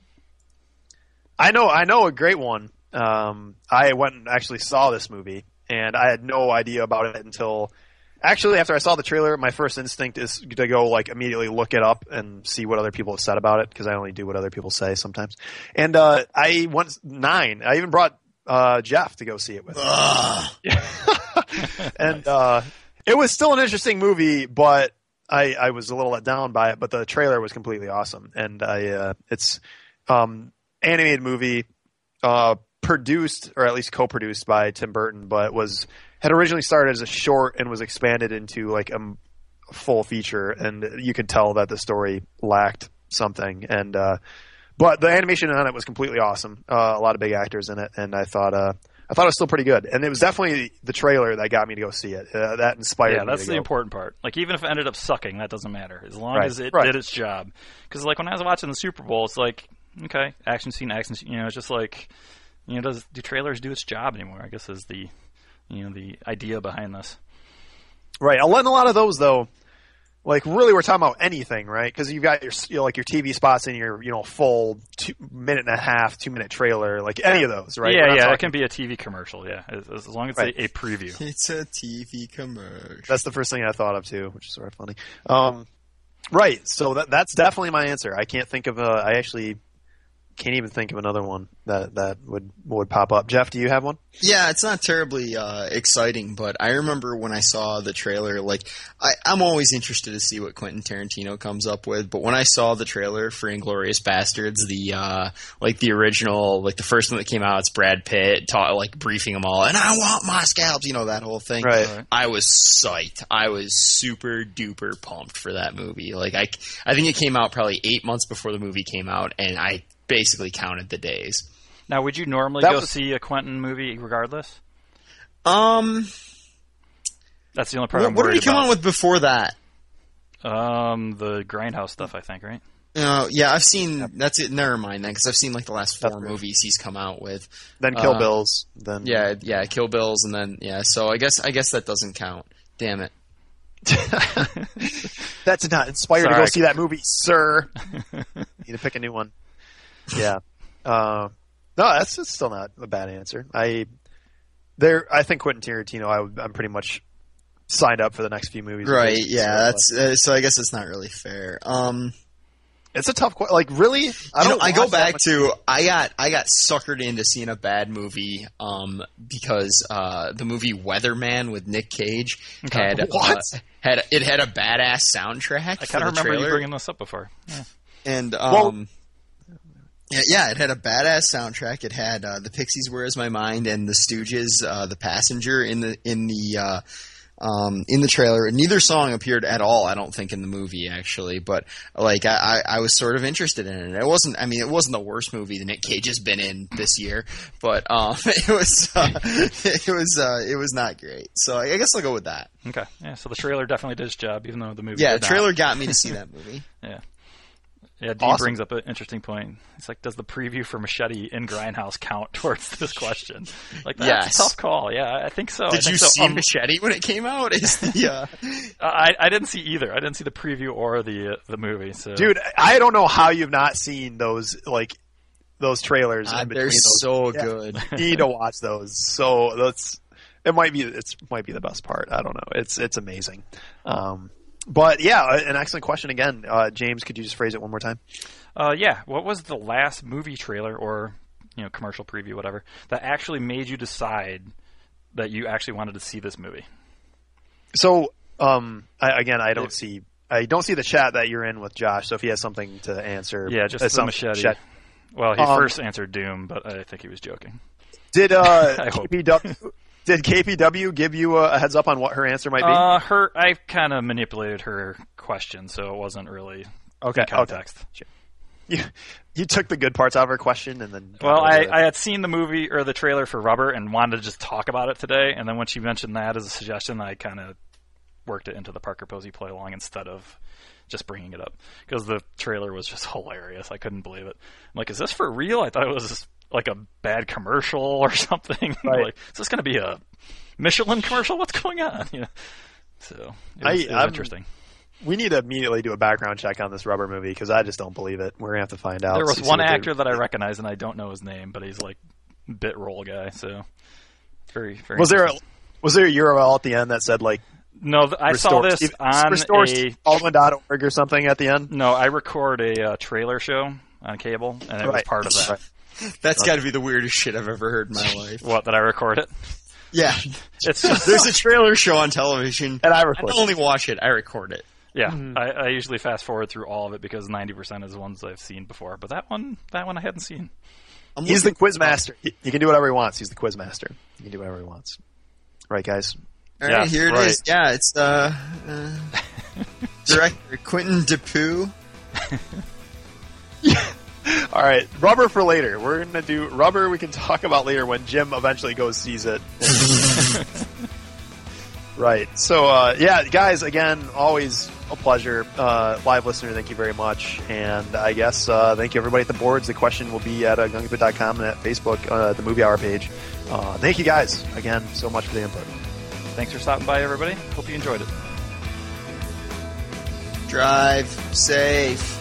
I know, I know a great one. Um, I went and actually saw this movie, and I had no idea about it until. Actually, after I saw the trailer, my first instinct is to go like immediately look it up and see what other people have said about it because I only do what other people say sometimes. And uh, I went nine. I even brought uh, Jeff to go see it with. me. Ugh. and uh, it was still an interesting movie, but I, I was a little let down by it. But the trailer was completely awesome, and I uh, it's um, animated movie uh, produced or at least co-produced by Tim Burton, but was had originally started as a short and was expanded into like a m- full feature, and you could tell that the story lacked something and. Uh, but the animation on it was completely awesome. Uh, a lot of big actors in it, and I thought uh, I thought it was still pretty good, and it was definitely the trailer that got me to go see it. Uh, that inspired. Yeah, me that's to the go. important part. Like, even if it ended up sucking, that doesn't matter as long Right. as it Right. did its job. Because, like, when I was watching the Super Bowl, it's like, okay, action scene, action scene. You know, it's just like, you know, does do trailers do its job anymore? I guess is the, you know, the idea behind this. Right. A lot, a lot of those though, like really, we're talking about anything, right? Because you've got your you know, like your TV spots and your you know full two minute and a half, two minute trailer, like any of those, right? We're Yeah, not yeah, talking- it can be a TV commercial. Yeah, as, as long as Right. it's a, a preview. It's a TV commercial. That's the first thing I thought of too, which is sort of funny. Um, right. So that that's definitely my answer. I can't think of. A, I actually can't even think of another one that that would would pop up. Jeff, do you have one? Yeah, it's not terribly uh, exciting, but I remember when I saw the trailer. Like, I, I'm always interested to see what Quentin Tarantino comes up with. But when I saw the trailer for Inglorious Bastards, the uh, like the original, like the first one that came out, it's Brad Pitt ta like briefing them all, and I want my scalps, you know that whole thing. Right. All right. I was psyched. I was super duper pumped for that movie. Like I, I think it came out probably eight months before the movie came out, and I basically counted the days. Now, would you normally That go was- see a Quentin movie regardless? Um, That's the only part what, I'm what did worried he come about. on with before that? Um, the Grindhouse stuff, I think, right? Uh, yeah, I've seen. That's it. Never mind then, because I've seen like the last four That's weird. movies he's come out with. Then Kill Uh, Bills. Then Yeah, yeah, Kill Bills, and then yeah. So I guess I guess that doesn't count. Damn it. that did not inspire to go Sorry. see that movie, sir. Need to pick a new one. Yeah. Uh, no, that's, that's still not a bad answer. I there, I think Quentin Tarantino. I, would- I'm pretty much signed up for the next few movies. Right. So, Yeah. uh, That's uh, so. I guess it's not really fair. Um. it's a tough question. Like really, I I don't. know, I go watch that back much- to I got I got suckered into seeing a bad movie um, because uh, the movie Weatherman with Nick Cage Okay. had uh, What? had it had a badass soundtrack. I for kind the of remember trailer, you bringing this up before. Yeah. and Well- um, yeah, yeah, it had a badass soundtrack. It had uh, the Pixies, "Where Is My Mind," and the Stooges, uh, "The Passenger" in the in the uh, um, in the trailer. And neither song appeared at all, I don't think, in the movie actually. But like, I, I, I was sort of interested in it. It wasn't, I mean, it wasn't the worst movie that Nick Cage has been in this year, but um, it was uh, it was uh, it was not great. So I guess I'll go with that. Okay. Yeah. So the trailer definitely did its job, even though the movie. Yeah, did the not. trailer got me to see that movie. Yeah, D Awesome. brings up an interesting point. It's like, does the preview for Machete in Grindhouse count towards this question? Like, that's Yes. a tough call. Yeah, I think so. I Did think you so. see Um, Machete when it came out? Is the uh, I, I didn't see either. I didn't see the preview or the uh, the movie. So, dude. I don't know how you've not seen those like those trailers. Ah, in between they're those. so Yeah. good. need E to watch those. So that's it. Might be it's might be the best part. I don't know. It's it's amazing. Um, but yeah, an excellent question again, uh, James. Could you just phrase it one more time? uh, yeah, what was the last movie trailer or you know commercial preview, whatever, that actually made you decide that you actually wanted to see this movie? So um, I, again, I don't see I don't see the chat that you're in with Josh. So if he has something to answer, Yeah, just uh, the some- machete. chat- Well, he Um, first answered Doom, but I think he was joking. Did uh, I hope. KPW did KPW give you a, a heads up on what her answer might be? Uh, her, I kind of manipulated her question, so it wasn't really okay, in context. You, you took the good parts out of her question and then Well, I, I had seen the movie or the trailer for Rubber and wanted to just talk about it today, and then when she mentioned that as a suggestion, I kind of worked it into the Parker Posey play along instead of just bringing it up because the trailer was just hilarious. I couldn't believe it. I'm like, is this for real? I thought it was like a bad commercial or something. Right. like, is this going to be a Michelin commercial? What's going on? You know. So it I- was, it was I'm- interesting. We need to immediately do a background check on this rubber movie because I just don't believe it. We're gonna have to find out. There was See one what they- actor that I recognize, and I don't know his name, but he's like bit role guy. So it's very, very. Was there a was there a URL at the end that said like No, th- I saw restore this Steve- on restore a Stevealdwin.org or something at the end? no. I record a uh, trailer show on cable, and it was Right. part of that. Right. That's got to be the weirdest shit I've ever heard in my life. What that I record it? Yeah, It's just, there's a trailer show on television. And I I recorded. don't only watch it; I record it. yeah. Hmm. I, I usually fast forward through all of it because ninety percent is ones I've seen before, but that one, that one I hadn't seen. I'm He's the looking- quiz master. He he can do whatever he wants. He's the quiz master. He can do whatever he wants. Right, guys. All right, yeah, here it right. is. Yeah, it's uh, uh director Quentin Depew. All right, rubber for later. We're gonna do rubber. We can talk about later when Jim eventually goes sees it. right. So uh, yeah, guys. Again, always a pleasure. Uh, live listener, thank you very much. And I guess uh, thank you everybody at the boards. The question will be at uh, gungbit.com and at Facebook, uh, the Movie Hour page. Uh, thank you guys again so much for the input. Thanks for stopping by, everybody. Hope you enjoyed it. Drive safe.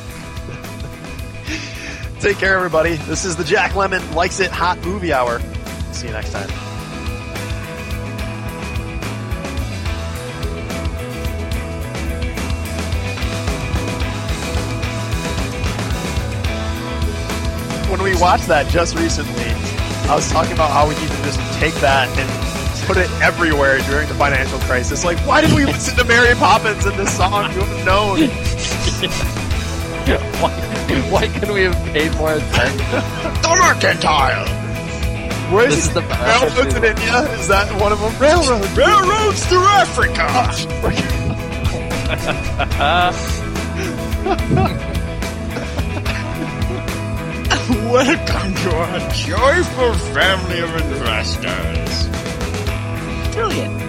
Take care, everybody. This is the Jack Lemon Likes It Hot Movie Hour. See you next time. When we watched that just recently, I was talking about how we need to just take that and put it everywhere during the financial crisis. Like, why did we listen to Mary Poppins in this song? You have known. why, why couldn't we have paid more attention? The mercantile. Where's This is the railroads in India? Is that one of them? Railroads. Railroads through Africa. Welcome to our joyful family of investors. Brilliant.